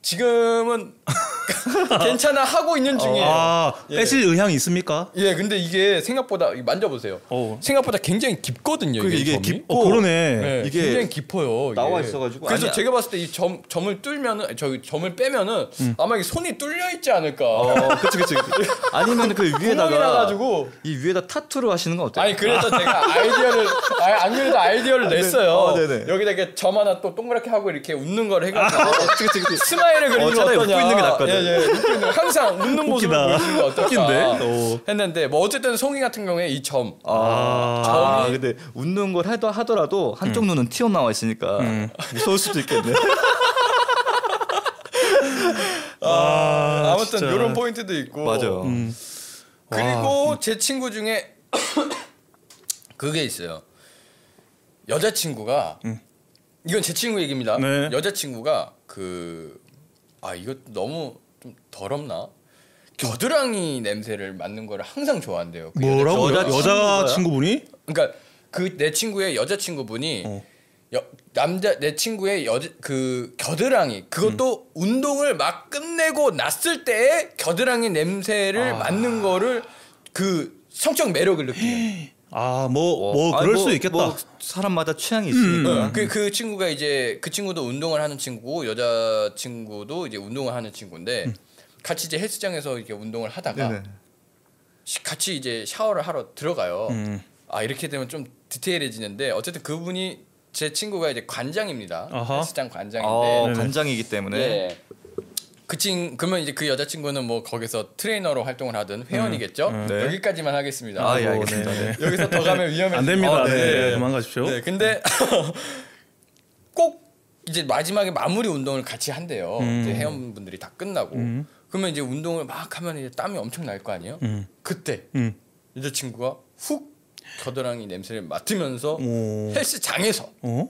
[SPEAKER 2] 지금은 괜찮아 하고 있는 중이에요.
[SPEAKER 1] 아,
[SPEAKER 2] 예.
[SPEAKER 1] 빼실 의향이 있습니까?
[SPEAKER 2] 예, 근데 이게 생각보다 이거 만져보세요.
[SPEAKER 1] 어.
[SPEAKER 2] 생각보다 굉장히 깊거든요.
[SPEAKER 3] 그러니까
[SPEAKER 2] 이게,
[SPEAKER 3] 이게
[SPEAKER 2] 점이.
[SPEAKER 1] 어 그러네
[SPEAKER 2] 네,
[SPEAKER 3] 이게
[SPEAKER 2] 굉장히 깊어요. 이게.
[SPEAKER 3] 나와 있어가지고.
[SPEAKER 2] 그래서
[SPEAKER 3] 아니,
[SPEAKER 2] 제가 봤을 때 이 점 점을 뚫면은 아니, 저 점을 빼면은 아마 이 손이 뚫려 있지 않을까.
[SPEAKER 3] 음. 어, 그치 그치. 그치. 아니면 그
[SPEAKER 2] 구멍이
[SPEAKER 3] 위에다가
[SPEAKER 2] 나가지고.
[SPEAKER 3] 이 위에다 타투를 하시는 건 어때요?
[SPEAKER 2] 아니 그래서 제가 아이디어를 아니, 안 그래도 아이디어를 냈어요.
[SPEAKER 3] 어, 네네.
[SPEAKER 2] 여기다 이렇게 점 하나 또 동그랗게 하고 이렇게 웃는 걸 해가지고
[SPEAKER 3] 그치 그치 그치.
[SPEAKER 2] 스마일을 그리는
[SPEAKER 3] 어,
[SPEAKER 2] 거
[SPEAKER 3] 차라리
[SPEAKER 2] 어떠냐.
[SPEAKER 3] 웃고 있는 게 낫거든.
[SPEAKER 2] 예, 예, 웃고 있는 거. 항상 웃는 모습을
[SPEAKER 1] 웃기다.
[SPEAKER 2] 보여주는 거 어떨까.
[SPEAKER 1] 웃긴데? 어.
[SPEAKER 2] 했는데 뭐 어쨌든 송이 같은 경우에 이 점.
[SPEAKER 3] 아,
[SPEAKER 2] 아.
[SPEAKER 3] 아, 근데 웃는 걸 해도 하더라도 한쪽
[SPEAKER 1] 음.
[SPEAKER 3] 눈은 튀어나와 있으니까 무서울 수도 있겠네.
[SPEAKER 1] 아,
[SPEAKER 2] 아무튼
[SPEAKER 1] 진짜.
[SPEAKER 2] 이런 포인트도 있고.
[SPEAKER 3] 맞아요.
[SPEAKER 1] 음.
[SPEAKER 2] 그리고 제 친구 중에 그게 있어요. 여자친구가 이건 제 친구 얘기입니다.
[SPEAKER 1] 음. 네.
[SPEAKER 2] 여자친구가 그 아 이거 너무 좀 더럽나? 겨드랑이 냄새를 맡는 거를 항상 좋아한대요. 그
[SPEAKER 1] 뭐라고
[SPEAKER 2] 여자친구가.
[SPEAKER 1] 여자 친구분이
[SPEAKER 2] 그러니까 그 내 친구의 여자 친구분이
[SPEAKER 1] 어.
[SPEAKER 2] 남자 내 친구의 여 그 겨드랑이 그것도
[SPEAKER 3] 음.
[SPEAKER 2] 운동을 막 끝내고 났을 때의 겨드랑이
[SPEAKER 3] 아.
[SPEAKER 2] 냄새를 맡는 거를 그 성적 매력을 느끼는
[SPEAKER 1] 아 뭐
[SPEAKER 2] 어,
[SPEAKER 1] 뭐 그럴 수 있겠다
[SPEAKER 3] 어,
[SPEAKER 1] 음.
[SPEAKER 3] 뭐 사람마다 취향이 있으니까.
[SPEAKER 2] 그그 친구가 이제 그 친구도 운동을 하는 친구고 여자 친구도 이제 운동을 하는 친구인데 같이 이제 헬스장에서 이렇게 운동을 하다가
[SPEAKER 3] 음. 네네.
[SPEAKER 2] 시- 같이 이제 샤워를 하러 들어가요.
[SPEAKER 1] 음.
[SPEAKER 2] 아 이렇게 되면 좀 디테일해지는데 어쨌든 그분이 제 친구가 이제 관장입니다.
[SPEAKER 1] 아하.
[SPEAKER 2] 헬스장 관장인데
[SPEAKER 3] 어,
[SPEAKER 1] 네네.
[SPEAKER 3] 간장이기 때문에
[SPEAKER 2] 네. 그 친, 그러면 이제 그 여자친구는 뭐 거기서 트레이너로 활동을 하든 회원이겠죠.
[SPEAKER 1] 음,
[SPEAKER 3] 네.
[SPEAKER 2] 여기까지만 하겠습니다. 뭐
[SPEAKER 3] 아,
[SPEAKER 1] 아이고,
[SPEAKER 3] 예, 알겠습니다.
[SPEAKER 1] 네.
[SPEAKER 2] 여기서 더 가면 위험해.
[SPEAKER 1] 안 됩니다.
[SPEAKER 3] 아,
[SPEAKER 1] 네.
[SPEAKER 3] 네.
[SPEAKER 1] 그만 가십시오.
[SPEAKER 2] 네, 근데 꼭 이제 마지막에 마무리 운동을 같이 한대요.
[SPEAKER 1] 음.
[SPEAKER 2] 이제 회원분들이 다 끝나고 그러면 이제 운동을 막 하면 이제 땀이 엄청 날 거 아니에요.
[SPEAKER 1] 음.
[SPEAKER 2] 그때
[SPEAKER 1] 음.
[SPEAKER 2] 여자친구가 훅 겨드랑이 냄새를 맡으면서
[SPEAKER 1] 음. 오.
[SPEAKER 2] 헬스장에서
[SPEAKER 1] 어?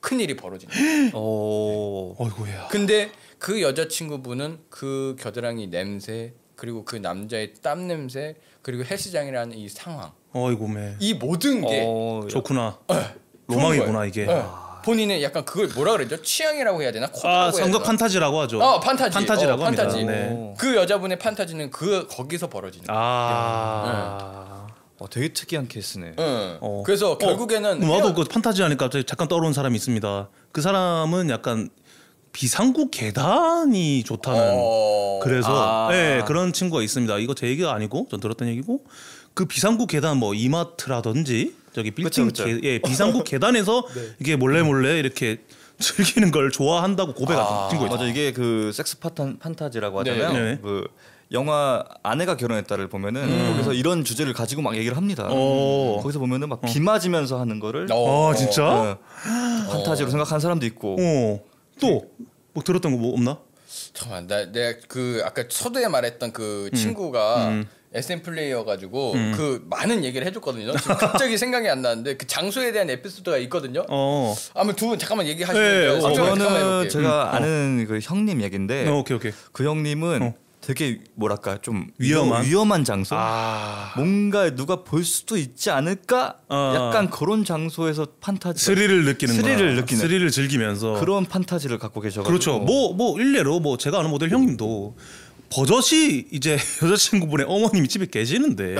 [SPEAKER 2] 큰 일이 벌어진다.
[SPEAKER 1] 음. 네.
[SPEAKER 3] 오.
[SPEAKER 1] 어이구야.
[SPEAKER 2] 근데 그 여자친구분은 그 겨드랑이 냄새 그리고 그 남자의 땀 냄새 그리고 헬스장이라는 이 상황
[SPEAKER 1] 어이구 매.
[SPEAKER 2] 이 모든 게
[SPEAKER 3] 어,
[SPEAKER 1] 좋구나.
[SPEAKER 2] 네. 좋은
[SPEAKER 1] 로망이구나
[SPEAKER 2] 거예요.
[SPEAKER 1] 이게. 아,
[SPEAKER 2] 예. 본인의 약간 그걸 뭐라 그러죠? 취향이라고 해야 되나? 코드라고
[SPEAKER 1] 아
[SPEAKER 2] 해야
[SPEAKER 1] 성적
[SPEAKER 2] 되나?
[SPEAKER 1] 판타지라고 하죠.
[SPEAKER 2] 어, 판타지.
[SPEAKER 1] 판타지라고
[SPEAKER 2] 어,
[SPEAKER 1] 합니다.
[SPEAKER 2] 판타지.
[SPEAKER 1] 네.
[SPEAKER 2] 그 여자분의 판타지는 그 거기서 벌어지는.
[SPEAKER 1] 아.
[SPEAKER 3] 어, 되게 특이한 케이스네.
[SPEAKER 2] 응.
[SPEAKER 1] 어.
[SPEAKER 2] 그래서
[SPEAKER 1] 어,
[SPEAKER 2] 결국에는
[SPEAKER 1] 나도
[SPEAKER 2] 헤어-
[SPEAKER 1] 그 판타지 하니까 갑자기 잠깐 떠오른 사람이 있습니다. 그 사람은 약간 비상구 계단이 좋다는.
[SPEAKER 2] 어.
[SPEAKER 1] 그래서
[SPEAKER 3] 아.
[SPEAKER 1] 예 그런 친구가 있습니다. 이거 제 얘기가 아니고 전 들었던 얘기고 그 비상구 계단 뭐 이마트라든지 저기 빌딩
[SPEAKER 3] 그쵸, 그쵸.
[SPEAKER 1] 계- 예 비상구 계단에서
[SPEAKER 2] 네.
[SPEAKER 1] 이게 몰래 몰래 이렇게 즐기는 걸 좋아한다고 고백한
[SPEAKER 2] 아.
[SPEAKER 1] 친구
[SPEAKER 3] 맞아
[SPEAKER 1] 있어요.
[SPEAKER 3] 이게 그 섹스 파탄 판타지라고
[SPEAKER 2] 네.
[SPEAKER 3] 하잖아요.
[SPEAKER 1] 네. 음.
[SPEAKER 3] 그 영화 아내가 결혼했다를 보면은 거기서 이런 주제를 가지고 막 얘기를 합니다.
[SPEAKER 1] 어.
[SPEAKER 3] 거기서 보면은 막 비 맞으면서 하는 거를
[SPEAKER 2] 어.
[SPEAKER 1] 아 진짜?
[SPEAKER 3] 네, 판타지로 생각한 사람도 있고.
[SPEAKER 1] 어. 어또뭐 들었던 거 뭐 없나?
[SPEAKER 2] 잠깐만 나 내가 그 아까 서두에 말했던 그
[SPEAKER 1] 음.
[SPEAKER 2] 친구가 SM 플레이어 가지고 그 많은 얘기를 해줬거든요. 지금 갑자기 생각이 안 나는데 그 장소에 대한 에피소드가 있거든요.
[SPEAKER 1] 어,
[SPEAKER 2] 아마 두 분 잠깐만
[SPEAKER 1] 예,
[SPEAKER 2] 얘기하시는데
[SPEAKER 1] 어,
[SPEAKER 2] 어,
[SPEAKER 3] 저는 제가 아는 그 형님
[SPEAKER 1] 음.
[SPEAKER 3] 얘긴데
[SPEAKER 2] 네.
[SPEAKER 1] 어, 오케이 오케이.
[SPEAKER 3] 그 형님은
[SPEAKER 1] 어.
[SPEAKER 3] 되게 뭐랄까 좀
[SPEAKER 1] 위험한?
[SPEAKER 3] 위- 위험한 장소.
[SPEAKER 1] 아
[SPEAKER 3] 뭔가 누가 볼 수도 있지 않을까?
[SPEAKER 1] 아.
[SPEAKER 3] 약간 그런 장소에서 판타지
[SPEAKER 1] 스릴을 느끼는
[SPEAKER 3] 스릴을 느끼는.
[SPEAKER 1] 스릴을 즐기면서
[SPEAKER 3] 그런 판타지를 갖고 계셔가지고
[SPEAKER 1] 그렇죠. 뭐 뭐 일례로 뭐 제가 아는 모델 형님도 버젓이 이제 여자친구분의 어머님이 집에 계시는데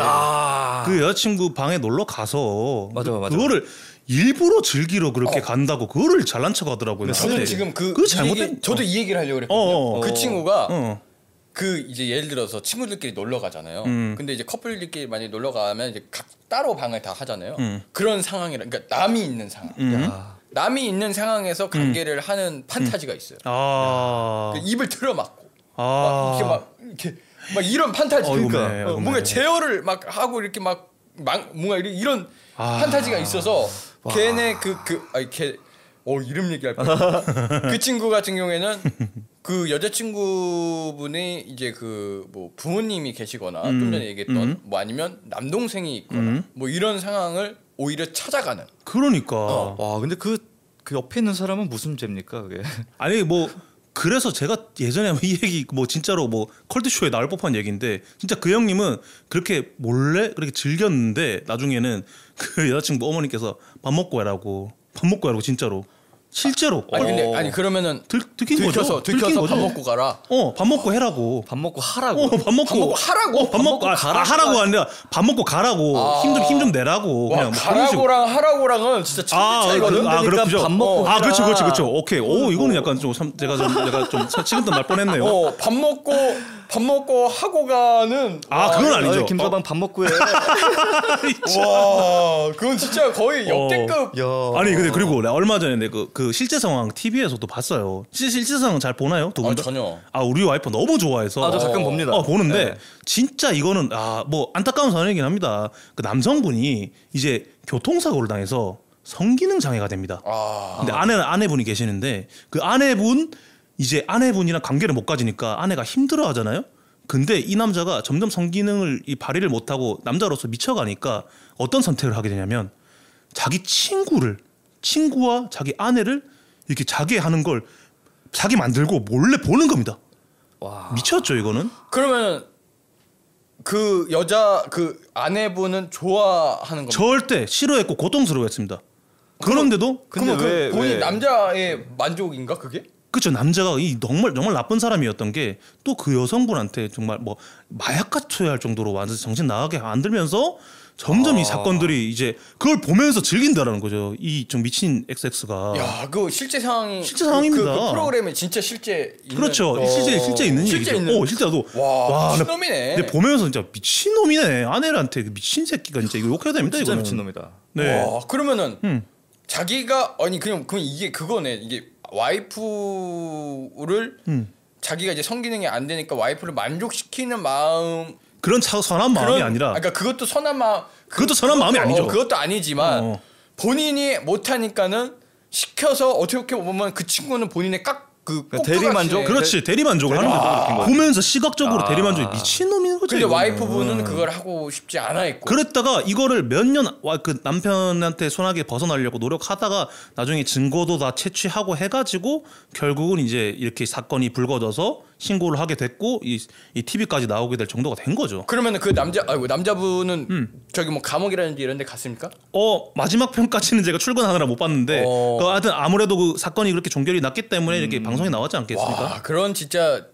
[SPEAKER 1] 그 여자친구 방에 놀러 가서
[SPEAKER 3] 아. 맞아,
[SPEAKER 1] 그-
[SPEAKER 3] 맞아. 어.
[SPEAKER 1] 그거를 일부러 즐기러 그렇게 간다고 그거를 잘난 척하더라고요.
[SPEAKER 2] 저는 지금 그,
[SPEAKER 1] 그
[SPEAKER 2] 이
[SPEAKER 1] 잘못된
[SPEAKER 2] 얘기, 저도 이 얘기를 하려고 했거든요.
[SPEAKER 1] 어, 어,
[SPEAKER 2] 그
[SPEAKER 1] 어.
[SPEAKER 2] 친구가
[SPEAKER 1] 어. 어.
[SPEAKER 2] 그 이제 예를 들어서 친구들끼리 놀러 가잖아요.
[SPEAKER 1] 음.
[SPEAKER 2] 근데 이제 커플들끼리 많이 놀러 가면 이제 각 따로 방을 다 하잖아요.
[SPEAKER 1] 음.
[SPEAKER 2] 그런 상황이라 그러니까 남이 있는 상황.
[SPEAKER 3] 야.
[SPEAKER 2] 남이 있는 상황에서
[SPEAKER 1] 음.
[SPEAKER 2] 관계를 하는 판타지가 있어요.
[SPEAKER 1] 아.
[SPEAKER 2] 그 입을 틀어막고 막
[SPEAKER 1] 아.
[SPEAKER 2] 이렇게 막 이렇게 막 이런 판타지
[SPEAKER 1] 어이구,
[SPEAKER 2] 그러니까
[SPEAKER 1] 네,
[SPEAKER 2] 어,
[SPEAKER 1] 어이구,
[SPEAKER 2] 뭔가
[SPEAKER 1] 네.
[SPEAKER 2] 제어를 막 하고 이렇게 막, 막 뭔가 이런- 이런
[SPEAKER 1] 아.
[SPEAKER 2] 판타지가 있어서 걔네 그그 아니 걔어 이름 얘기할 뻔그 친구 같은 경우에는 그 여자친구분이 이제 그 뭐 부모님이 계시거나
[SPEAKER 1] 음.
[SPEAKER 2] 좀 전에 얘기했던 뭐 아니면 남동생이 있거나 뭐 이런 상황을 오히려 찾아가는
[SPEAKER 1] 그러니까
[SPEAKER 3] 와 근데 그, 그 옆에 있는 사람은 무슨 죄입니까 그게
[SPEAKER 1] 아니 뭐 그래서 제가 예전에 이 얘기 뭐 진짜로 뭐 컬트쇼에 나올 법한 얘기인데 진짜 그 형님은 그렇게 몰래 그렇게 즐겼는데 나중에는 그 여자친구 어머니께서 밥 먹고 해라고 밥 먹고 해라고 진짜로 실제로
[SPEAKER 2] 아니 근데
[SPEAKER 3] 어.
[SPEAKER 2] 아니 그러면은
[SPEAKER 1] 들, 들킨
[SPEAKER 2] 들켜서
[SPEAKER 1] 거죠 들킨
[SPEAKER 2] 들켜서 밥
[SPEAKER 1] 거죠.
[SPEAKER 2] 먹고 가라
[SPEAKER 1] 어밥 먹고 해라고
[SPEAKER 3] 밥 먹고 하라고
[SPEAKER 1] 어 밥 먹고
[SPEAKER 2] 밥 먹고 하라고?
[SPEAKER 1] 어, 밥, 먹고, 아, 아, 하라고 아니라 밥 먹고 가라고
[SPEAKER 2] 아.
[SPEAKER 1] 힘 좀 힘 좀 내라고
[SPEAKER 2] 와
[SPEAKER 1] 그냥 뭐 그런 식으로.
[SPEAKER 2] 가라고랑 하라고랑은 진짜 천지 차이거든.
[SPEAKER 1] 아,
[SPEAKER 3] 그러니까
[SPEAKER 1] 그렇죠.
[SPEAKER 3] 밥 먹고
[SPEAKER 1] 아, 그렇죠,
[SPEAKER 3] 가라.
[SPEAKER 1] 그렇죠, 그렇죠. 오케이. 오, 이거는 약간 좀 참- 제가 좀 제가 좀 지금도 날 뻔했네요.
[SPEAKER 2] 어, 밥 먹고 밥 먹고 하고 가는
[SPEAKER 1] 아, 그건 아니죠.
[SPEAKER 3] 어, 김서방밥 먹고 해
[SPEAKER 2] 와, 그건 진짜 거의
[SPEAKER 1] 어.
[SPEAKER 2] 역대급.
[SPEAKER 3] 야.
[SPEAKER 1] 아니 근데 그리고 내가 얼마 전에 내 그, 그 실제 상황 TV에서도 봤어요. 실, 실제 상황 잘 보나요?
[SPEAKER 3] 어,
[SPEAKER 1] 두 분?
[SPEAKER 2] 아,
[SPEAKER 1] 다?
[SPEAKER 2] 전혀.
[SPEAKER 1] 아 우리 와이프 너무 좋아해서.
[SPEAKER 3] 아저 가끔 봅니다
[SPEAKER 1] 어, 보는데
[SPEAKER 3] 네.
[SPEAKER 1] 진짜 이거는 아 뭐 안타까운 사연이긴 합니다. 그 남성분이 이제 교통사고를 당해서 성기능 장애가 됩니다.
[SPEAKER 2] 아,
[SPEAKER 1] 근데 아내는 아내분이 계시는데 그 아내분 이제 아내분이랑 관계를 못 가지니까 아내가 힘들어 하잖아요. 근데 이 남자가 점점 성기능을 이 발휘를 못 하고 남자로서 미쳐가니까 어떤 선택을 하게 되냐면 자기 친구를 친구와 자기 아내를 이렇게 자기 하는 걸 자기 만들고 몰래 보는 겁니다.
[SPEAKER 3] 와.
[SPEAKER 1] 미쳤죠 이거는?
[SPEAKER 2] 그러면 그 여자 그 아내분은 좋아하는 겁니다.
[SPEAKER 1] 절대 싫어했고 고통스러워했습니다. 그런데도
[SPEAKER 3] 근데
[SPEAKER 2] 그러면
[SPEAKER 3] 왜-
[SPEAKER 2] 그 본인
[SPEAKER 3] 왜?
[SPEAKER 2] 남자의 만족인가 그게?
[SPEAKER 1] 그쵸 남자가 이 정말 정말 나쁜 사람이었던 게 또 그 여성분한테 정말 뭐 마약 같아야 할 정도로 완전 정신 나가게 안 들면서 점점 이 사건들이 이제 그걸 보면서 즐긴다라는 거죠. 이 좀 미친 XX가.
[SPEAKER 2] 야, 그 실제 상황이
[SPEAKER 1] 아. 실제
[SPEAKER 2] 그-
[SPEAKER 1] 상황입니다.
[SPEAKER 2] 그, 프로그램에 진짜 실제 있는
[SPEAKER 1] 그렇죠.
[SPEAKER 2] 어.
[SPEAKER 1] 실제 실제 있는
[SPEAKER 2] 실제
[SPEAKER 1] 얘기죠.
[SPEAKER 2] 있는.
[SPEAKER 1] 어, 실제 나도
[SPEAKER 2] 와,
[SPEAKER 1] 나-
[SPEAKER 2] 미친놈이네.
[SPEAKER 1] 근데 보면서 진짜 미친놈이네. 아내한테 그 미친 새끼가 진짜 이거 욕해야 됩니다.
[SPEAKER 3] 진짜
[SPEAKER 1] 이거는.
[SPEAKER 3] 미친 놈이다.
[SPEAKER 1] 네.
[SPEAKER 2] 와, 그러면은
[SPEAKER 1] 음.
[SPEAKER 2] 자기가 아니 그냥 그럼 이게 그거네. 이게 와이프를
[SPEAKER 1] 음.
[SPEAKER 2] 자기가 이제 성기능이 안 되니까 와이프를 만족시키는 마음
[SPEAKER 1] 그런 차, 선한 마음이
[SPEAKER 2] 그런-
[SPEAKER 1] 아니라
[SPEAKER 2] 그러니까 그것도 선한 마음 그,
[SPEAKER 1] 그것도 선한 마음이 아니죠.
[SPEAKER 2] 어, 그것도 아니지만
[SPEAKER 1] 어.
[SPEAKER 2] 본인이 못 하니까는 시켜서 어떻게 보면 그 친구는 본인의 깍그 네. 아.
[SPEAKER 3] 그러니까 대리만족?
[SPEAKER 1] 그렇지 대리 만족을 하는 거죠. 보면서 시각적으로 대리 만족이 미친 놈인 거죠.
[SPEAKER 2] 근데
[SPEAKER 1] 이거는. 음.
[SPEAKER 2] 와이프분은 그걸 하고 싶지 않아 했고
[SPEAKER 1] 그랬다가 이거를 몇 년 와 그 남편한테 손아귀 벗어나려고 노력하다가 나중에 증거도 다 채취하고 해가지고 결국은 이제 이렇게 사건이 불거져서 신고를 하게 됐고 이, 이 TV까지 나오게 될 정도가 된 거죠.
[SPEAKER 2] 그러면은 그 남자 아이고 남자분은
[SPEAKER 1] 음.
[SPEAKER 2] 저기 뭐 감옥이라든지 이런 데 갔습니까?
[SPEAKER 1] 어 마지막 편까지는 제가 출근하느라 못 봤는데
[SPEAKER 2] 어. 음.
[SPEAKER 1] 그 하여튼 아무래도 그 사건이 그렇게 종결이 났기 때문에 이렇게 방송에 나왔지 않겠습니까?
[SPEAKER 2] 와, 그런 진짜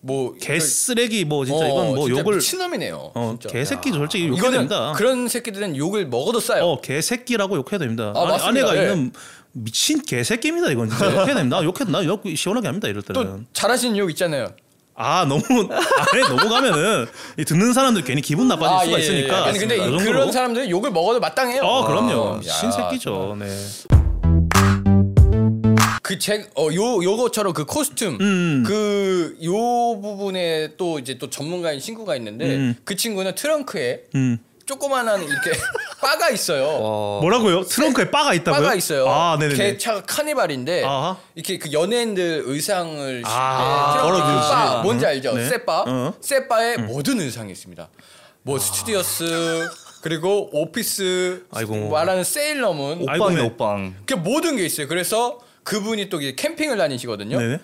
[SPEAKER 2] 뭐
[SPEAKER 1] 개
[SPEAKER 2] 그-
[SPEAKER 1] 쓰레기 뭐 진짜
[SPEAKER 2] 어,
[SPEAKER 1] 이건 뭐
[SPEAKER 2] 진짜
[SPEAKER 1] 욕을
[SPEAKER 2] 미친놈이네요.
[SPEAKER 1] 어,
[SPEAKER 2] 진짜.
[SPEAKER 1] 개새끼 솔직히 욕해야
[SPEAKER 2] 이거는
[SPEAKER 1] 됩니다.
[SPEAKER 2] 그런 새끼들은 욕을 먹어도 싸요.
[SPEAKER 1] 어 개새끼라고 욕해야 됩니다.
[SPEAKER 2] 아,
[SPEAKER 1] 아, 내
[SPEAKER 2] 맞습니다.
[SPEAKER 1] 가
[SPEAKER 2] 예.
[SPEAKER 1] 이건 미친 개새끼입니다 이건 진짜 욕해야 됩니다. 나 욕해도 나욕 시원하게 합니다 이럴
[SPEAKER 2] 또
[SPEAKER 1] 때는.
[SPEAKER 2] 잘하시는 욕 있잖아요.
[SPEAKER 1] 아 너무 아래 넘어가면은 이 듣는 사람들 괜히 기분 나빠질 수가
[SPEAKER 2] 예, 예, 예.
[SPEAKER 1] 있으니까.
[SPEAKER 2] 아니, 근데 이-
[SPEAKER 1] 그 정도로.
[SPEAKER 2] 그런 사람들은 욕을 먹어도 마땅해요.
[SPEAKER 1] 어
[SPEAKER 2] 아,
[SPEAKER 1] 그럼요 미친
[SPEAKER 2] 야, 뭐.
[SPEAKER 1] 새끼죠. 네.
[SPEAKER 2] 그책어요 요거처럼 그
[SPEAKER 1] 음,
[SPEAKER 2] 코스튬 그 요 부분에 또 이제 또 전문가인 친구가 있는데 그 친구는 트렁크에
[SPEAKER 1] 음.
[SPEAKER 2] 조그만한 이렇게 바가 있어요.
[SPEAKER 1] 뭐라고요? 트렁크에 바가 있다고요?
[SPEAKER 2] 바가 있어요.
[SPEAKER 1] 아 네네네.
[SPEAKER 2] 걔 차가 카니발인데
[SPEAKER 1] 아하.
[SPEAKER 2] 이렇게 그 연예인들 의상을
[SPEAKER 1] 아,
[SPEAKER 2] 쉴때 트렁크
[SPEAKER 1] 걸어주듯이.
[SPEAKER 2] 바, 뭔지
[SPEAKER 1] 음.
[SPEAKER 2] 알죠?
[SPEAKER 1] 네.
[SPEAKER 2] 셋바.
[SPEAKER 1] 어. 아.
[SPEAKER 2] 셋바에 모든 의상이 있습니다. 뭐 스튜디오스 그리고 오피스
[SPEAKER 1] 아이고.
[SPEAKER 2] 말하는 세일러문
[SPEAKER 1] 아이고,
[SPEAKER 3] 옷방이
[SPEAKER 1] 네.
[SPEAKER 3] 옷방.
[SPEAKER 2] 그 모든 게 있어요. 그래서 그분이 또 이제 캠핑을 다니시거든요.
[SPEAKER 1] 네네.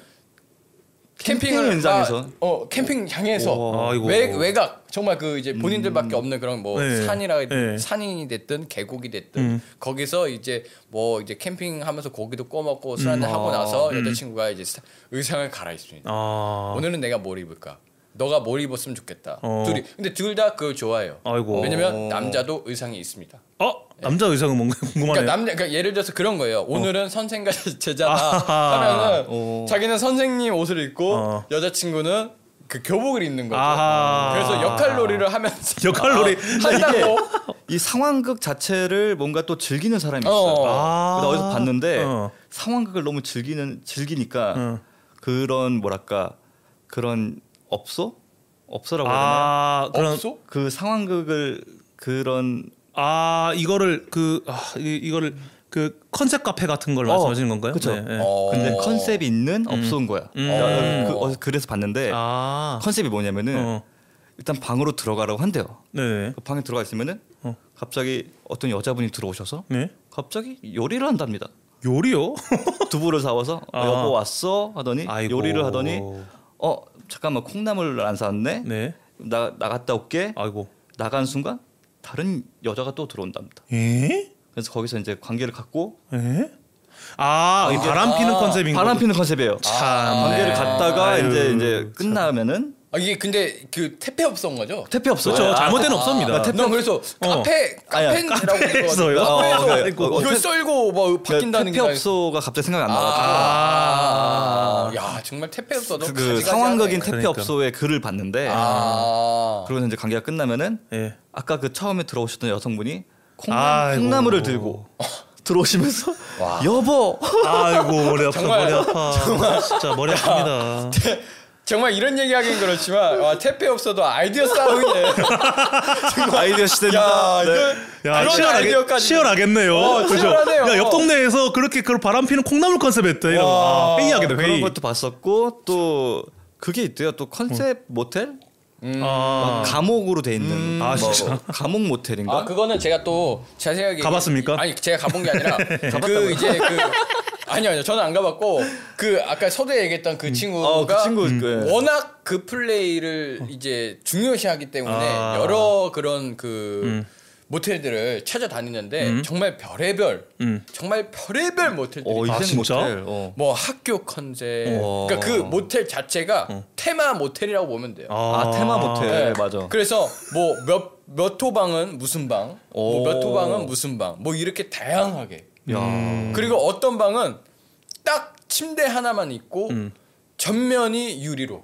[SPEAKER 2] 캠핑을
[SPEAKER 3] 캠핑 현장에서?
[SPEAKER 2] 아, 어 캠핑 향해서
[SPEAKER 1] 오, 아이고.
[SPEAKER 2] 외, 외곽 정말 그 이제 본인들밖에 없는 그런 뭐
[SPEAKER 1] 네.
[SPEAKER 2] 산이라
[SPEAKER 1] 네. 음.
[SPEAKER 2] 산이 됐든 계곡이 됐든 거기서 이제 뭐 이제 캠핑하면서 고기도 구워 먹고
[SPEAKER 1] 음.
[SPEAKER 2] 술 한잔 하고 나서 여자친구가 이제 사- 의상을 갈아입습니다.
[SPEAKER 1] 아
[SPEAKER 2] 오늘은 내가 뭘 입을까? 너가 뭘 입었으면 좋겠다.
[SPEAKER 1] 어.
[SPEAKER 2] 둘이 근데 둘 다 그걸 좋아해요.
[SPEAKER 1] 아이고.
[SPEAKER 2] 왜냐면 남자도 의상이 있습니다.
[SPEAKER 1] 어 남자 의상은 뭔가 궁금하네요.
[SPEAKER 2] 그러니까 남자 그러니까 예를 들어서 그런 거예요. 오늘은 선생과 제자다
[SPEAKER 1] 아하.
[SPEAKER 2] 하면은
[SPEAKER 3] 오.
[SPEAKER 2] 자기는 선생님 옷을 입고
[SPEAKER 1] 어.
[SPEAKER 2] 여자친구는 그 교복을 입는 거죠.
[SPEAKER 1] 아하.
[SPEAKER 2] 그래서 역할놀이를 하면서
[SPEAKER 1] 역할놀이.
[SPEAKER 2] 아, 한다고.
[SPEAKER 3] 어. 이 상황극 자체를 뭔가 또 즐기는 사람이
[SPEAKER 2] 어.
[SPEAKER 3] 있어요.
[SPEAKER 1] 아.
[SPEAKER 3] 나 어디서 봤는데
[SPEAKER 1] 어.
[SPEAKER 3] 상황극을 너무 즐기는 즐기니까
[SPEAKER 1] 어.
[SPEAKER 3] 그런 뭐랄까 그런 업소 업소라고 해야 되나?
[SPEAKER 1] 아 그런
[SPEAKER 2] 없소?
[SPEAKER 3] 그 상황극을 그런
[SPEAKER 1] 아 이거를 그 아, 이, 이거를 그 컨셉 카페 같은 걸 말씀하시는 건가요?
[SPEAKER 3] 그쵸.
[SPEAKER 1] 네, 네.
[SPEAKER 2] 어.
[SPEAKER 3] 근데 컨셉이 있는 업소인 거야.
[SPEAKER 2] 음.
[SPEAKER 3] 그, 어, 그래서 봤는데
[SPEAKER 1] 아
[SPEAKER 3] 컨셉이 뭐냐면은
[SPEAKER 1] 어.
[SPEAKER 3] 일단 방으로 들어가라고 한대요.
[SPEAKER 1] 네네
[SPEAKER 3] 그 방에 들어가 있으면은
[SPEAKER 1] 어.
[SPEAKER 3] 갑자기 어떤 여자분이 들어오셔서
[SPEAKER 1] 네
[SPEAKER 3] 갑자기 요리를 한답니다.
[SPEAKER 1] 요리요?
[SPEAKER 3] 두부를 사와서
[SPEAKER 1] 아.
[SPEAKER 3] 여보 왔어
[SPEAKER 2] 네?
[SPEAKER 3] 하더니
[SPEAKER 1] 아이고.
[SPEAKER 3] 요리를 하더니 어 잠깐만 콩나물을 안 샀네.
[SPEAKER 1] 네
[SPEAKER 3] 나 나갔다 올게.
[SPEAKER 1] 아이고
[SPEAKER 3] 나간 순간 다른 여자가 또 들어온답니다.
[SPEAKER 1] 에?
[SPEAKER 2] 예?
[SPEAKER 3] 그래서 거기서 이제 관계를 갖고
[SPEAKER 1] 에? 아, 이 바람 피는
[SPEAKER 2] 아,
[SPEAKER 1] 컨셉인
[SPEAKER 3] 바람
[SPEAKER 1] 거고.
[SPEAKER 3] 피는 컨셉이에요. 아,
[SPEAKER 1] 참
[SPEAKER 3] 관계를
[SPEAKER 1] 네.
[SPEAKER 3] 갖다가
[SPEAKER 1] 아유,
[SPEAKER 3] 이제 이제 끝나면은
[SPEAKER 2] 아, 이게 근데 그 태페 업소인 거죠?
[SPEAKER 3] 퇴폐 없어.
[SPEAKER 1] 그렇죠
[SPEAKER 3] 아,
[SPEAKER 1] 잘못된
[SPEAKER 2] 아,
[SPEAKER 1] 없습니다. 어.
[SPEAKER 2] 난 그래서 카페
[SPEAKER 3] 아니,
[SPEAKER 2] 카페라고
[SPEAKER 1] 카페에서요?
[SPEAKER 2] 그러거든요.
[SPEAKER 3] 어,
[SPEAKER 2] 카페에서
[SPEAKER 3] 그러니까 어,
[SPEAKER 2] 이걸
[SPEAKER 3] 퇴-
[SPEAKER 2] 썰고 막
[SPEAKER 3] 그러니까
[SPEAKER 2] 바뀐다는
[SPEAKER 3] 퇴폐 업소가 갑자기 생각 이안 나가지고
[SPEAKER 2] 아, 야 정말 태페 업소도
[SPEAKER 3] 그, 그
[SPEAKER 2] 가지가지
[SPEAKER 3] 상황극인
[SPEAKER 2] 하네.
[SPEAKER 3] 퇴폐
[SPEAKER 1] 그러니까.
[SPEAKER 3] 업소의 글을 봤는데
[SPEAKER 2] 아.
[SPEAKER 3] 그러고 이제 관계가 끝나면은
[SPEAKER 1] 예.
[SPEAKER 3] 아까 그 처음에 들어오셨던 여성분이
[SPEAKER 1] 아이고.
[SPEAKER 3] 콩나, 물을 들고 들어오시면서
[SPEAKER 2] 와.
[SPEAKER 3] 여보
[SPEAKER 1] 아이고 머리 아파
[SPEAKER 2] 정말,
[SPEAKER 1] 머리 아파 진짜 머리 아픕니다.
[SPEAKER 2] 정말 이런 얘기하긴 그렇지만 와 태페 없어도 아이디어 싸움이네.
[SPEAKER 3] 아이디어
[SPEAKER 2] 야,
[SPEAKER 3] 시대입니다. 네.
[SPEAKER 2] 이거
[SPEAKER 1] 야
[SPEAKER 2] 그런
[SPEAKER 1] 치열하게
[SPEAKER 2] 아이디어까지.
[SPEAKER 1] 치열하겠네요.
[SPEAKER 2] 어,
[SPEAKER 1] 그죠?
[SPEAKER 2] 치열하네요.
[SPEAKER 1] 야옆 동네에서 그렇게 그 바람 피는 콩나물 컨셉 했대 이런
[SPEAKER 2] 와,
[SPEAKER 1] 아, 회의하겠다
[SPEAKER 3] 그런
[SPEAKER 1] 회의.
[SPEAKER 3] 것도 봤었고 또 그게 있대요. 또 컨셉 모텔
[SPEAKER 1] 아,
[SPEAKER 3] 감옥으로 돼 있는
[SPEAKER 1] 아,
[SPEAKER 3] 뭐,
[SPEAKER 1] 진짜?
[SPEAKER 3] 감옥 모텔인가?
[SPEAKER 2] 아 그거는 제가 또 자세하게
[SPEAKER 1] 가봤습니까?
[SPEAKER 2] 아니 제가 가본 게 아니라 그 이제 그 아니요 아니요 저는 안 가봤고 그 아까 서두에 얘기했던
[SPEAKER 1] 음.
[SPEAKER 2] 그 친구가
[SPEAKER 3] 어, 그 친구 그-
[SPEAKER 2] 워낙 그 플레이를 이제 중요시하기 때문에
[SPEAKER 1] 어. 아. 음.
[SPEAKER 2] 여러 그런 그 모텔들을 찾아다니는데 정말 별의별
[SPEAKER 1] 음.
[SPEAKER 2] 정말 별의별 모텔들이
[SPEAKER 3] 어,
[SPEAKER 1] 아,
[SPEAKER 3] 인생
[SPEAKER 1] 진짜?
[SPEAKER 3] 모텔. 어.
[SPEAKER 2] 뭐 학교 컨셉
[SPEAKER 3] 어.
[SPEAKER 2] 그러니까 그 모텔 자체가 퇴폐 테마 모텔이라고 보면 돼요.
[SPEAKER 3] 아, 테마
[SPEAKER 2] 네.
[SPEAKER 3] 모텔 맞아.
[SPEAKER 2] 그래서 뭐 몇 몇 호방은 무슨 방, 뭐
[SPEAKER 3] 오.
[SPEAKER 2] 몇 호방은 무슨 방, 뭐 이렇게 다양하게.
[SPEAKER 3] 야. 음.
[SPEAKER 2] 그리고 어떤 방은 딱 침대 하나만 있고
[SPEAKER 3] 음.
[SPEAKER 2] 전면이 유리로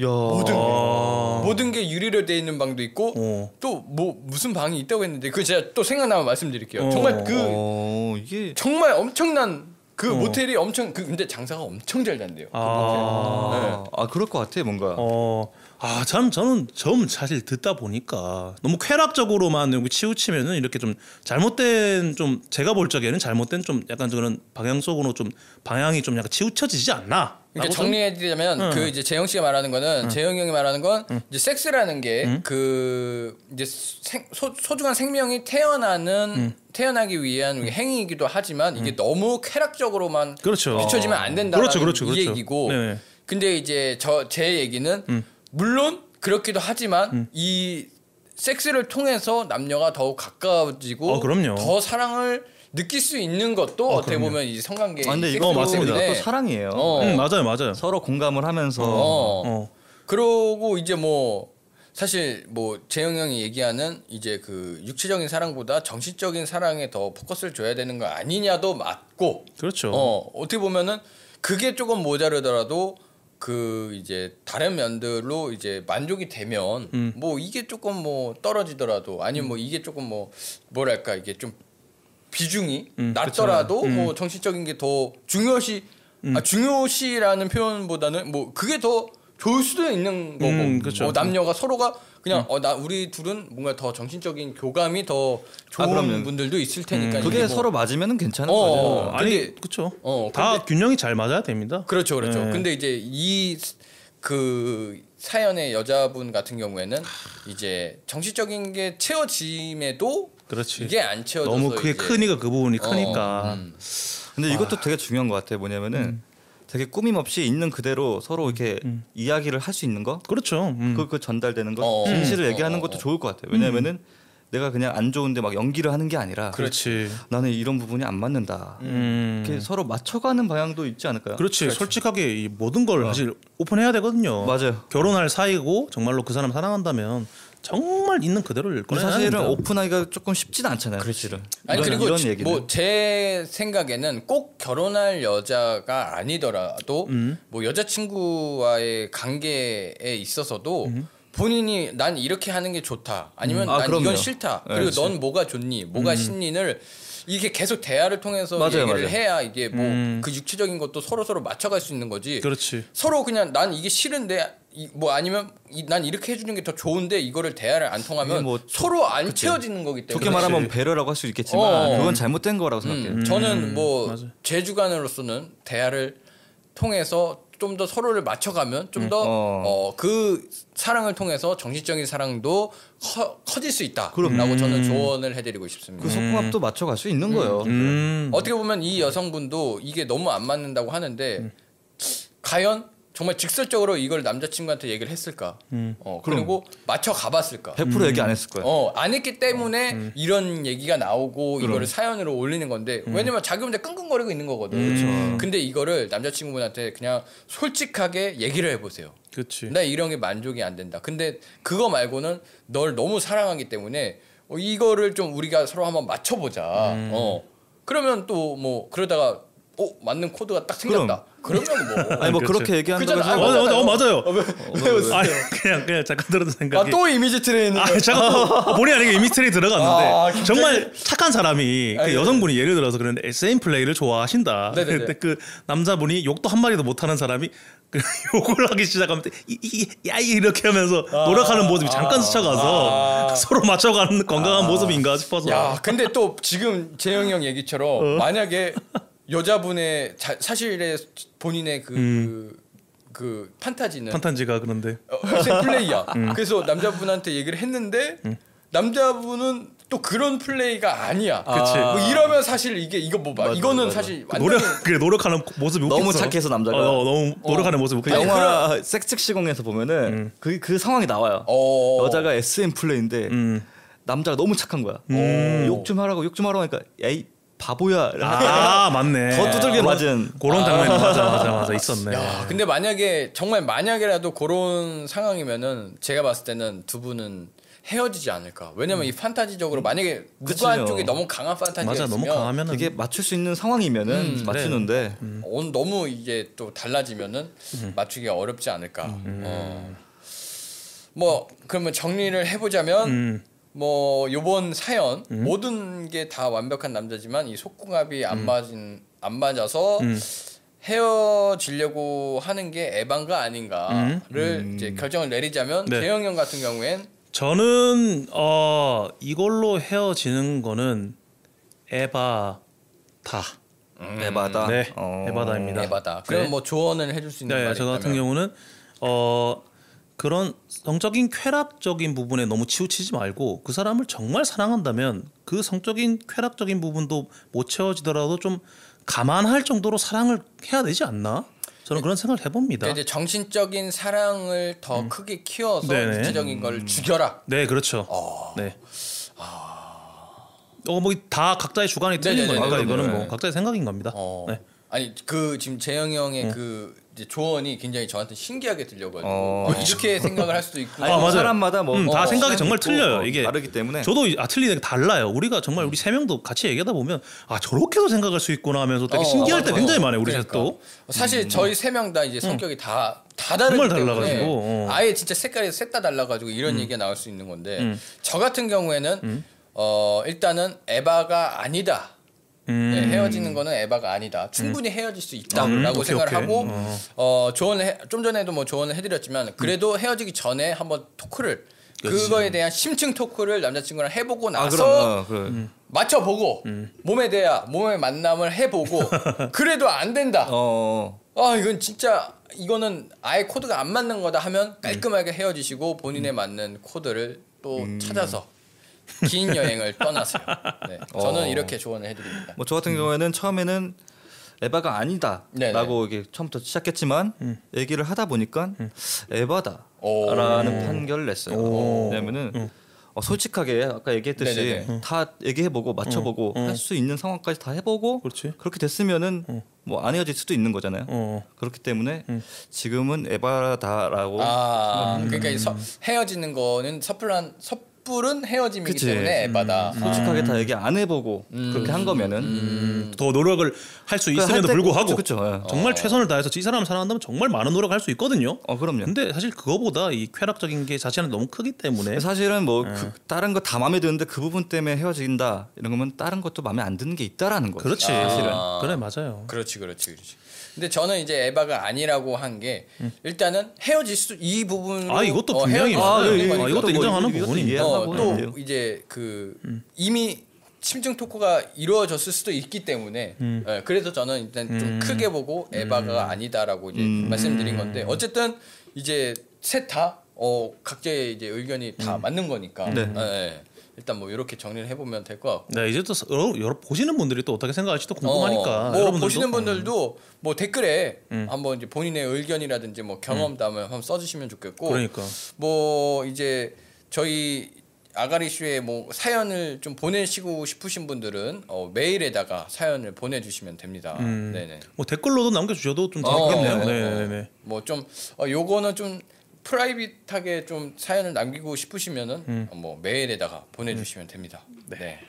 [SPEAKER 3] 야.
[SPEAKER 2] 모든 게
[SPEAKER 1] 아.
[SPEAKER 2] 모든 게 유리로 돼 있는 방도 있고
[SPEAKER 1] 어.
[SPEAKER 2] 또 뭐 무슨 방이 있다고 했는데 그 제가 또 생각나면 말씀드릴게요.
[SPEAKER 1] 어.
[SPEAKER 2] 정말 그
[SPEAKER 3] 어, 이게
[SPEAKER 2] 정말 엄청난 그
[SPEAKER 1] 어.
[SPEAKER 2] 모텔이 엄청 그 근데 장사가 엄청 잘 된대요.
[SPEAKER 1] 아.
[SPEAKER 3] 아, 아 그럴 것 같아 뭔가.
[SPEAKER 1] 어. 아, 참 저는 점 사실 듣다 보니까 너무 쾌락적으로만 여기 치우치면은 이렇게 좀 잘못된 좀 제가 볼 적에는 잘못된 좀 약간 그런 방향 속으로 좀 방향이 좀 약간 치우쳐지지 않나.
[SPEAKER 2] 그러니까 정리해드리자면 그 이제 재영 씨가 말하는 거는 재영 형이 말하는 건 이제 섹스라는 게 그 이제 생, 소, 소중한 생명이 태어나는 태어나기 위한 행위이기도 하지만 이게 너무 쾌락적으로만
[SPEAKER 1] 그렇죠.
[SPEAKER 2] 비춰지면 안 된다는
[SPEAKER 1] 그렇죠, 그렇죠,
[SPEAKER 2] 이
[SPEAKER 1] 그렇죠.
[SPEAKER 2] 얘기고
[SPEAKER 1] 네네.
[SPEAKER 2] 근데 이제 저 제 얘기는 물론 그렇기도 하지만 이 섹스를 통해서 남녀가 더욱 가까워지고
[SPEAKER 1] 어, 그럼요.
[SPEAKER 2] 더 사랑을 느낄 수 있는 것도 어, 떻게 보면 이 성관계
[SPEAKER 3] 아, 근데
[SPEAKER 2] 이
[SPEAKER 3] 이거
[SPEAKER 1] 어,
[SPEAKER 2] 섹스이기
[SPEAKER 1] 맞습니다.
[SPEAKER 2] 때문에
[SPEAKER 3] 또 사랑이에요.
[SPEAKER 2] 어.
[SPEAKER 1] 음, 맞아요, 맞아요.
[SPEAKER 3] 서로 공감을 하면서
[SPEAKER 2] 어.
[SPEAKER 1] 어.
[SPEAKER 2] 그러고 이제 뭐 사실 뭐 재영 형이 얘기하는 이제 그 육체적인 사랑보다 정신적인 사랑에 더 포커스를 줘야 되는 거 아니냐도 맞고
[SPEAKER 1] 그렇죠.
[SPEAKER 2] 어 어떻게 보면은 그게 조금 모자르더라도 그 이제 다른 면들로 이제 만족이 되면 뭐 이게 조금 뭐 떨어지더라도 아니면 뭐 이게 조금 뭐 뭐랄까 이게 좀 비중이 낮더라도 뭐 정신적인 게 더 중요시 아 중요시라는 표현보다는 뭐 그게 더 좋을 수도 있는 거고
[SPEAKER 1] 음, 그쵸.
[SPEAKER 2] 어, 남녀가 서로가 그냥 어 나 우리 둘은 뭔가 더 정신적인 교감이 더 좋은
[SPEAKER 3] 그럼요. 음.
[SPEAKER 2] 분들도 있을 테니까
[SPEAKER 3] 그게
[SPEAKER 2] 이게 뭐-
[SPEAKER 3] 서로 맞으면 괜찮은
[SPEAKER 2] 어,
[SPEAKER 3] 거죠.
[SPEAKER 2] 어,
[SPEAKER 1] 아니,
[SPEAKER 2] 근데-
[SPEAKER 1] 그렇죠.
[SPEAKER 2] 어,
[SPEAKER 1] 다 균형이 잘 맞아야 됩니다.
[SPEAKER 2] 그렇죠, 그렇죠.
[SPEAKER 1] 네.
[SPEAKER 2] 근데 이제 이 그 사연의 여자분 같은 경우에는 이제 정신적인 게 채워짐에도
[SPEAKER 1] 그렇지.
[SPEAKER 2] 이게 안 채워져서
[SPEAKER 1] 너무 그게
[SPEAKER 2] 이제-
[SPEAKER 1] 크니까 그 부분이
[SPEAKER 2] 어,
[SPEAKER 1] 크니까.
[SPEAKER 2] 음.
[SPEAKER 3] 근데 이것도 되게 중요한 것 같아요. 뭐냐면은 되게 꾸밈 없이 있는 그대로 서로
[SPEAKER 2] 음.
[SPEAKER 3] 이렇게 이야기를 할 수 있는 거,
[SPEAKER 1] 그렇죠. 음.
[SPEAKER 3] 그, 그 전달되는 거,
[SPEAKER 2] 어.
[SPEAKER 3] 진실을
[SPEAKER 2] 음.
[SPEAKER 3] 얘기하는
[SPEAKER 2] 어,
[SPEAKER 3] 것도
[SPEAKER 2] 어.
[SPEAKER 3] 좋을 것 같아요. 왜냐면은 내가 그냥 안 좋은데 막 연기를 하는 게 아니라
[SPEAKER 2] 그렇죠.
[SPEAKER 1] 그렇지.
[SPEAKER 3] 나는 이런 부분이 안 맞는다.
[SPEAKER 1] 음.
[SPEAKER 3] 이렇게 서로 맞춰가는 방향도 있지 않을까요?
[SPEAKER 2] 그렇죠.
[SPEAKER 1] 그렇지. 솔직하게 이 모든 걸
[SPEAKER 2] 어.
[SPEAKER 1] 사실 오픈해야 되거든요.
[SPEAKER 3] 맞아요.
[SPEAKER 1] 결혼할 사이고 정말로 그 사람 사랑한다면 정말 있는 그대로를
[SPEAKER 3] 근데
[SPEAKER 1] 꺼내야
[SPEAKER 3] 사실은
[SPEAKER 1] 됩니다.
[SPEAKER 3] 오픈하기가 조금 쉽진 않잖아요. 그렇지를.
[SPEAKER 2] 아니
[SPEAKER 3] 이런,
[SPEAKER 2] 그리고
[SPEAKER 3] 이런 얘기는
[SPEAKER 2] 뭐 제 생각에는 꼭 결혼할 여자가 아니더라도
[SPEAKER 3] 음.
[SPEAKER 2] 뭐 여자친구와의 관계에 있어서도 본인이 난 이렇게 하는 게 좋다 아니면
[SPEAKER 3] 음. 아,
[SPEAKER 2] 난 이건
[SPEAKER 3] 그럼요.
[SPEAKER 2] 싫다
[SPEAKER 3] 네,
[SPEAKER 2] 그리고
[SPEAKER 3] 그치.
[SPEAKER 2] 넌 뭐가 좋니 뭐가 싫니를 이게 계속 대화를 통해서
[SPEAKER 3] 맞아요,
[SPEAKER 2] 얘기를
[SPEAKER 3] 맞아요. 음.
[SPEAKER 2] 해야 이게 뭐 그 육체적인 것도 서로 서로 맞춰갈 수 있는 거지
[SPEAKER 1] 그렇지.
[SPEAKER 2] 서로 그냥 난 이게 싫은데 이- 뭐 아니면 이- 난 이렇게 해주는 게 더 좋은데 이거를 대화를 안 통하면
[SPEAKER 3] 이게 뭐
[SPEAKER 2] 서로 안 채워지는 거기 때문에
[SPEAKER 3] 좋게 말하면 배려라고 할 수 있겠지만
[SPEAKER 2] 어.
[SPEAKER 3] 그건 잘못된 거라고 생각해요.
[SPEAKER 2] 음, 저는 뭐 제 주관으로서는 대화를 통해서 좀 더 서로를 맞춰가면 좀 더 그
[SPEAKER 3] 어.
[SPEAKER 2] 사랑을 통해서 정신적인 사랑도 커, 커질 수 있다라고 저는 조언을 해드리고 싶습니다.
[SPEAKER 3] 그
[SPEAKER 2] 음.
[SPEAKER 3] 속궁합도 맞춰갈 수 있는 거예요.
[SPEAKER 2] 네.
[SPEAKER 1] 음.
[SPEAKER 2] 어떻게 보면 이 여성분도 이게 너무 안 맞는다고 하는데 과연 정말 직설적으로 이걸 남자친구한테 얘기를 했을까? 어, 그리고 맞춰 가봤을까?
[SPEAKER 3] 100% 얘기 안 했을 거예요.
[SPEAKER 2] 어, 안 했기 때문에 이런 얘기가 나오고 이거를 사연으로 올리는 건데 왜냐면 자기 혼자 끙끙거리고 있는 거거든. 음. 근데 이거를 남자친구분한테 그냥 솔직하게 얘기를 해보세요.
[SPEAKER 1] 그렇지.
[SPEAKER 2] 나 이런 게 만족이 안 된다. 근데 그거 말고는 널 너무 사랑하기 때문에 어, 이거를 좀 우리가 서로 한번 맞춰보자. 어. 그러면 또 뭐 그러다가 어 맞는 코드가 딱 생겼다. 그러면 뭐.
[SPEAKER 3] 아니 뭐
[SPEAKER 1] 그렇죠.
[SPEAKER 3] 그렇게 얘기한다고
[SPEAKER 2] 그잖아.
[SPEAKER 1] 어,
[SPEAKER 3] 해서
[SPEAKER 1] 맞아요.
[SPEAKER 2] 아,
[SPEAKER 1] 맞아요. 어, 맞아요.
[SPEAKER 2] 왜 웃어?
[SPEAKER 1] 아니, 그냥 그냥 잠깐 들은 생각이.
[SPEAKER 2] 아, 또 이미지 트레이닝.
[SPEAKER 1] 아, 잠깐 또 본의 아니게 이미스트리 들어갔는데
[SPEAKER 2] 아, 굉장히-
[SPEAKER 1] 정말 착한 사람이 그
[SPEAKER 2] 아, 예.
[SPEAKER 1] 여성분이 예를 들어서 그런데 SM 플레이를 좋아하신다.
[SPEAKER 2] 네네네.
[SPEAKER 1] 그때 그 남자분이 욕도 한 마디도 못하는 사람이 그 욕을 하기 시작하면 이야 이렇게 하면서 노력하는 모습이 잠깐 스쳐가서
[SPEAKER 2] 아.
[SPEAKER 1] 서로 맞춰가는 건강한 모습인가 싶어서 어.
[SPEAKER 2] 야, 근데 또 지금 재영이 형 얘기처럼 만약에 여자분의 자, 사실의 본인의 그 그
[SPEAKER 3] 네.
[SPEAKER 2] 판타지는
[SPEAKER 1] 음. 판탄지가 음. 그런데
[SPEAKER 2] 어, 사실 플레이야. 그래서 남자분한테 얘기를 했는데
[SPEAKER 1] 음.
[SPEAKER 2] 남자분은 또 그런 플레이가 아니야.
[SPEAKER 1] 그치.
[SPEAKER 2] 뭐 이러면 사실 이게 이거 뭐 봐.
[SPEAKER 3] 맞아,
[SPEAKER 2] 이거는
[SPEAKER 3] 맞아.
[SPEAKER 2] 사실
[SPEAKER 1] 그
[SPEAKER 2] 완전히
[SPEAKER 1] 노력 그 노력하는 모습이
[SPEAKER 3] 너무
[SPEAKER 1] 웃겼어.
[SPEAKER 3] 착해서 남자가.
[SPEAKER 1] 어, 어, 너무 노력하는 모습이
[SPEAKER 3] 그
[SPEAKER 1] 웃겼어.
[SPEAKER 3] 영화 섹스 시공에서
[SPEAKER 1] 음.
[SPEAKER 3] 보면은 그 그 상황이 나와요.
[SPEAKER 2] 어.
[SPEAKER 3] 여자가
[SPEAKER 1] 음.
[SPEAKER 3] 어, SM 플레이인데 남자가 너무 착한 거야. 욕 좀 하라고 욕 좀 하라고 하니까 에이 바보야를
[SPEAKER 1] 아 맞네.
[SPEAKER 3] 더 두들겨 맞은.
[SPEAKER 1] 그런 장면 맞아 맞아 맞아 있었네.
[SPEAKER 2] 야, 근데 만약에 정말 만약에라도 그런 상황이면은 제가 봤을 때는 두 분은 헤어지지 않을까. 왜냐면 이 판타지적으로 만약에
[SPEAKER 3] 그치요.
[SPEAKER 2] 누가 한쪽이 너무 강한 판타지가
[SPEAKER 1] 음. 맞아
[SPEAKER 2] 있으면
[SPEAKER 1] 너무 강하면은
[SPEAKER 3] 이게 맞출 수 있는
[SPEAKER 1] 음, 네.
[SPEAKER 3] 상황이면은 맞추는데
[SPEAKER 2] 음. 어, 오늘 너무 이게 또 달라지면은
[SPEAKER 1] 음.
[SPEAKER 2] 맞추기가 어렵지 않을까. 어. 뭐 그러면 정리를 해보자면
[SPEAKER 1] 음.
[SPEAKER 2] 뭐 요번 사연 모든 게 다 완벽한 남자지만 이 속궁합이 안 맞은 안 맞아서
[SPEAKER 1] 음.
[SPEAKER 2] 헤어지려고 하는 게 에반가 아닌가를 이제 결정을 내리자면
[SPEAKER 1] 음. 네.
[SPEAKER 2] 재영 형 같은 경우엔
[SPEAKER 1] 저는 어 이걸로 헤어지는 거는 에바다.
[SPEAKER 3] 에바다.
[SPEAKER 1] 네,
[SPEAKER 3] 어.
[SPEAKER 1] 에바다입니다.
[SPEAKER 2] 음, 에바다. 그럼
[SPEAKER 1] 네.
[SPEAKER 2] 뭐 조언을 해줄 수 있는
[SPEAKER 1] 네,
[SPEAKER 2] 말이
[SPEAKER 1] 저 같은
[SPEAKER 2] 있다면?
[SPEAKER 1] 경우는 어 그런 성적인 쾌락적인 부분에 너무 치우치지 말고 그 사람을 정말 사랑한다면 그 성적인 쾌락적인 부분도 못 채워지더라도 좀 감안할 정도로 사랑을 해야 되지 않나? 저는 그런 생각을 해봅니다.
[SPEAKER 2] 그러니까 이제 정신적인 사랑을 더 크게 키워서
[SPEAKER 1] 음. 네네.
[SPEAKER 2] 육체적인 걸 죽여라.
[SPEAKER 1] 네, 그렇죠.
[SPEAKER 2] 어.
[SPEAKER 1] 네. 어, 뭐 다 각자의 주관이 틀린
[SPEAKER 2] 네네네.
[SPEAKER 1] 거니까 이거는
[SPEAKER 2] 그럼요.
[SPEAKER 1] 뭐 각자의 생각인 겁니다.
[SPEAKER 2] 어.
[SPEAKER 1] 네.
[SPEAKER 2] 아니 그 지금 재영 형의 그 이제 조언이 굉장히 저한테 신기하게 들려가지고
[SPEAKER 3] 어.
[SPEAKER 2] 어, 이렇게 생각을 할 수도 있고
[SPEAKER 3] 아니, 뭐
[SPEAKER 1] 맞아요.
[SPEAKER 3] 사람마다 뭐
[SPEAKER 1] 음,
[SPEAKER 2] 다
[SPEAKER 3] 어,
[SPEAKER 1] 생각이
[SPEAKER 3] 취향이
[SPEAKER 1] 정말
[SPEAKER 3] 있고
[SPEAKER 1] 틀려요,
[SPEAKER 3] 뭐
[SPEAKER 1] 이게.
[SPEAKER 3] 다르기
[SPEAKER 2] 네.
[SPEAKER 3] 때문에
[SPEAKER 1] 저도 이 아틀리는 달라요. 우리가 정말 우리 세 명도 같이 얘기하다 보면 아 저렇게도 생각할 수 있구나 하면서 되게
[SPEAKER 2] 어,
[SPEAKER 1] 신기할 때
[SPEAKER 2] 맞아요.
[SPEAKER 1] 굉장히 많아요. 우리
[SPEAKER 2] 그러니까.
[SPEAKER 1] 셋도. 음.
[SPEAKER 2] 사실 저희 세 명 다 이제 성격이 다. 다 다르기
[SPEAKER 1] 정말
[SPEAKER 2] 때문에
[SPEAKER 1] 달라가지고, 어. 음.
[SPEAKER 2] 아예 진짜 색깔이 셋 다 달라가지고 이런 얘기가 나올 수 있는 건데 저 같은 경우에는 어 일단은 에바가 아니다
[SPEAKER 1] 음.
[SPEAKER 2] 네, 헤어지는 거는 에바가 아니다. 충분히 헤어질 수
[SPEAKER 1] 음,
[SPEAKER 2] 있다라고
[SPEAKER 1] 오케이,
[SPEAKER 2] 생각을
[SPEAKER 1] 오케이.
[SPEAKER 2] 하고 어, 조언을 해- 좀 전에도 뭐 조언을
[SPEAKER 1] 음.
[SPEAKER 2] 해드렸지만 그래도 헤어지기 전에 한번 토크를 그거에 대한 심층 토크를 남자친구랑 해보고
[SPEAKER 3] 아
[SPEAKER 2] 나서
[SPEAKER 3] 그럼 어, 그래.
[SPEAKER 1] 음.
[SPEAKER 2] 맞춰보고
[SPEAKER 3] 음.
[SPEAKER 2] 몸에 대한 몸의 만남을 해보고 그래도 안 된다.
[SPEAKER 3] 어,
[SPEAKER 2] 아 이건 진짜 이거는 아예 코드가 안 맞는 거다
[SPEAKER 3] 음.
[SPEAKER 2] 하면 깔끔하게 헤어지시고 본인에 맞는 코드를 또 찾아서 긴 여행을 떠나세요. 네, 저는
[SPEAKER 3] 어.
[SPEAKER 2] 이렇게 조언을 해드립니다.
[SPEAKER 3] 뭐 저
[SPEAKER 1] 음.
[SPEAKER 3] 같은 경우에는 처음에는 에바가
[SPEAKER 2] 네네.
[SPEAKER 3] 아니다라고 이게 처음부터 시작했지만 얘기를 하다 보니까 에바다라는
[SPEAKER 2] 오.
[SPEAKER 3] 판결을 냈어요.
[SPEAKER 1] 음. 오. 음.
[SPEAKER 3] 왜냐면은 어, 솔직하게 아까 얘기했듯이
[SPEAKER 2] 네네네.
[SPEAKER 3] 다 얘기해보고 맞춰보고 할 수 있는 상황까지 다 해보고
[SPEAKER 1] 음. 그렇지. 음.
[SPEAKER 3] 게 됐으면은 뭐 안 헤어질 수도 있는 거잖아요.
[SPEAKER 1] 어.
[SPEAKER 3] 그렇기 때문에 지금은 에바다라고
[SPEAKER 2] 아,
[SPEAKER 3] 음.
[SPEAKER 2] 그러니까 이 서, 헤어지는 거는 섣불한 섣불은 헤어짐이기
[SPEAKER 3] 그치. 음.
[SPEAKER 2] 때문에 에바다.
[SPEAKER 3] 솔직하게 다 얘기 안 해보고 그렇게 한 거면은 그러니까
[SPEAKER 1] 음, 더 노력을 할 수 있음에도 불구하고
[SPEAKER 3] 그 그렇죠.
[SPEAKER 1] 정말 최선을 다해서 이 사람 사랑한다면 정말 많은 노력을 할 수 있거든요.
[SPEAKER 3] 어 그럼요.
[SPEAKER 1] 근데 사실 그거보다 이 쾌락적인 게 자체는 너무 크기 때문에
[SPEAKER 3] 사실은 뭐
[SPEAKER 1] 네.
[SPEAKER 3] 그, 다른 거 다 마음에 드는데 그 부분 때문에 헤어진다 이런 거면 다른 것도 마음에 안 드는 게 있다라는 거죠.
[SPEAKER 1] 그렇지
[SPEAKER 3] 사실은.
[SPEAKER 2] 아.
[SPEAKER 1] 그래 맞아요.
[SPEAKER 2] 그렇지, 그렇지, 그렇지. 근데 저는 이제 에바가 아니라고 한 게 일단은 헤어질 수 이 어, 부분.
[SPEAKER 1] 아, 이것도 분명히
[SPEAKER 3] 아,
[SPEAKER 1] 맞아요.
[SPEAKER 3] 예, 예.
[SPEAKER 1] 아, 이것도 음.
[SPEAKER 3] 뭐
[SPEAKER 1] 인정하는
[SPEAKER 3] 이것도
[SPEAKER 1] 부분입니다.
[SPEAKER 3] 이해하고
[SPEAKER 2] 어, 또
[SPEAKER 3] 해요.
[SPEAKER 2] 이제 그 이미 심증 토크가 이루어졌을 수도 있기 때문에
[SPEAKER 1] 음.
[SPEAKER 2] 예, 그래서 저는 일단 좀 크게 보고 에바가 아니다라고 이제
[SPEAKER 1] 음.
[SPEAKER 2] 말씀드린 건데 어쨌든 이제 셋다 어, 각자의 이제 의견이 다
[SPEAKER 1] 음.
[SPEAKER 2] 맞는 거니까 예, 예. 일단 뭐 이렇게 정리를 해보면 될 것 같고.
[SPEAKER 1] 네 이제 또 여러, 여러 보시는 분들이 또 어떻게 생각할지도 궁금하니까
[SPEAKER 2] 어, 뭐
[SPEAKER 1] 여러분들도 음.
[SPEAKER 2] 보시는 분들도 뭐 댓글에 한번 이제 본인의 의견이라든지 뭐 경험담을 한번 써주시면 좋겠고
[SPEAKER 1] 그러니까
[SPEAKER 2] 뭐 이제 저희 아가리쇼에 뭐 사연을 좀 보내시고 싶으신 분들은 어, 메일에다가 사연을 보내주시면 됩니다. 네네.
[SPEAKER 1] 뭐 댓글로도 남겨주셔도 좀
[SPEAKER 2] 어,
[SPEAKER 1] 아, 재밌겠네요.
[SPEAKER 2] 어, 어, 어.
[SPEAKER 1] 네네네.
[SPEAKER 2] 뭐좀 어, 요거는 좀
[SPEAKER 1] 음.
[SPEAKER 2] 프라이빗하게 좀 사연을 남기고 싶으시면은 어, 뭐 메일에다가 보내주시면 됩니다. 네.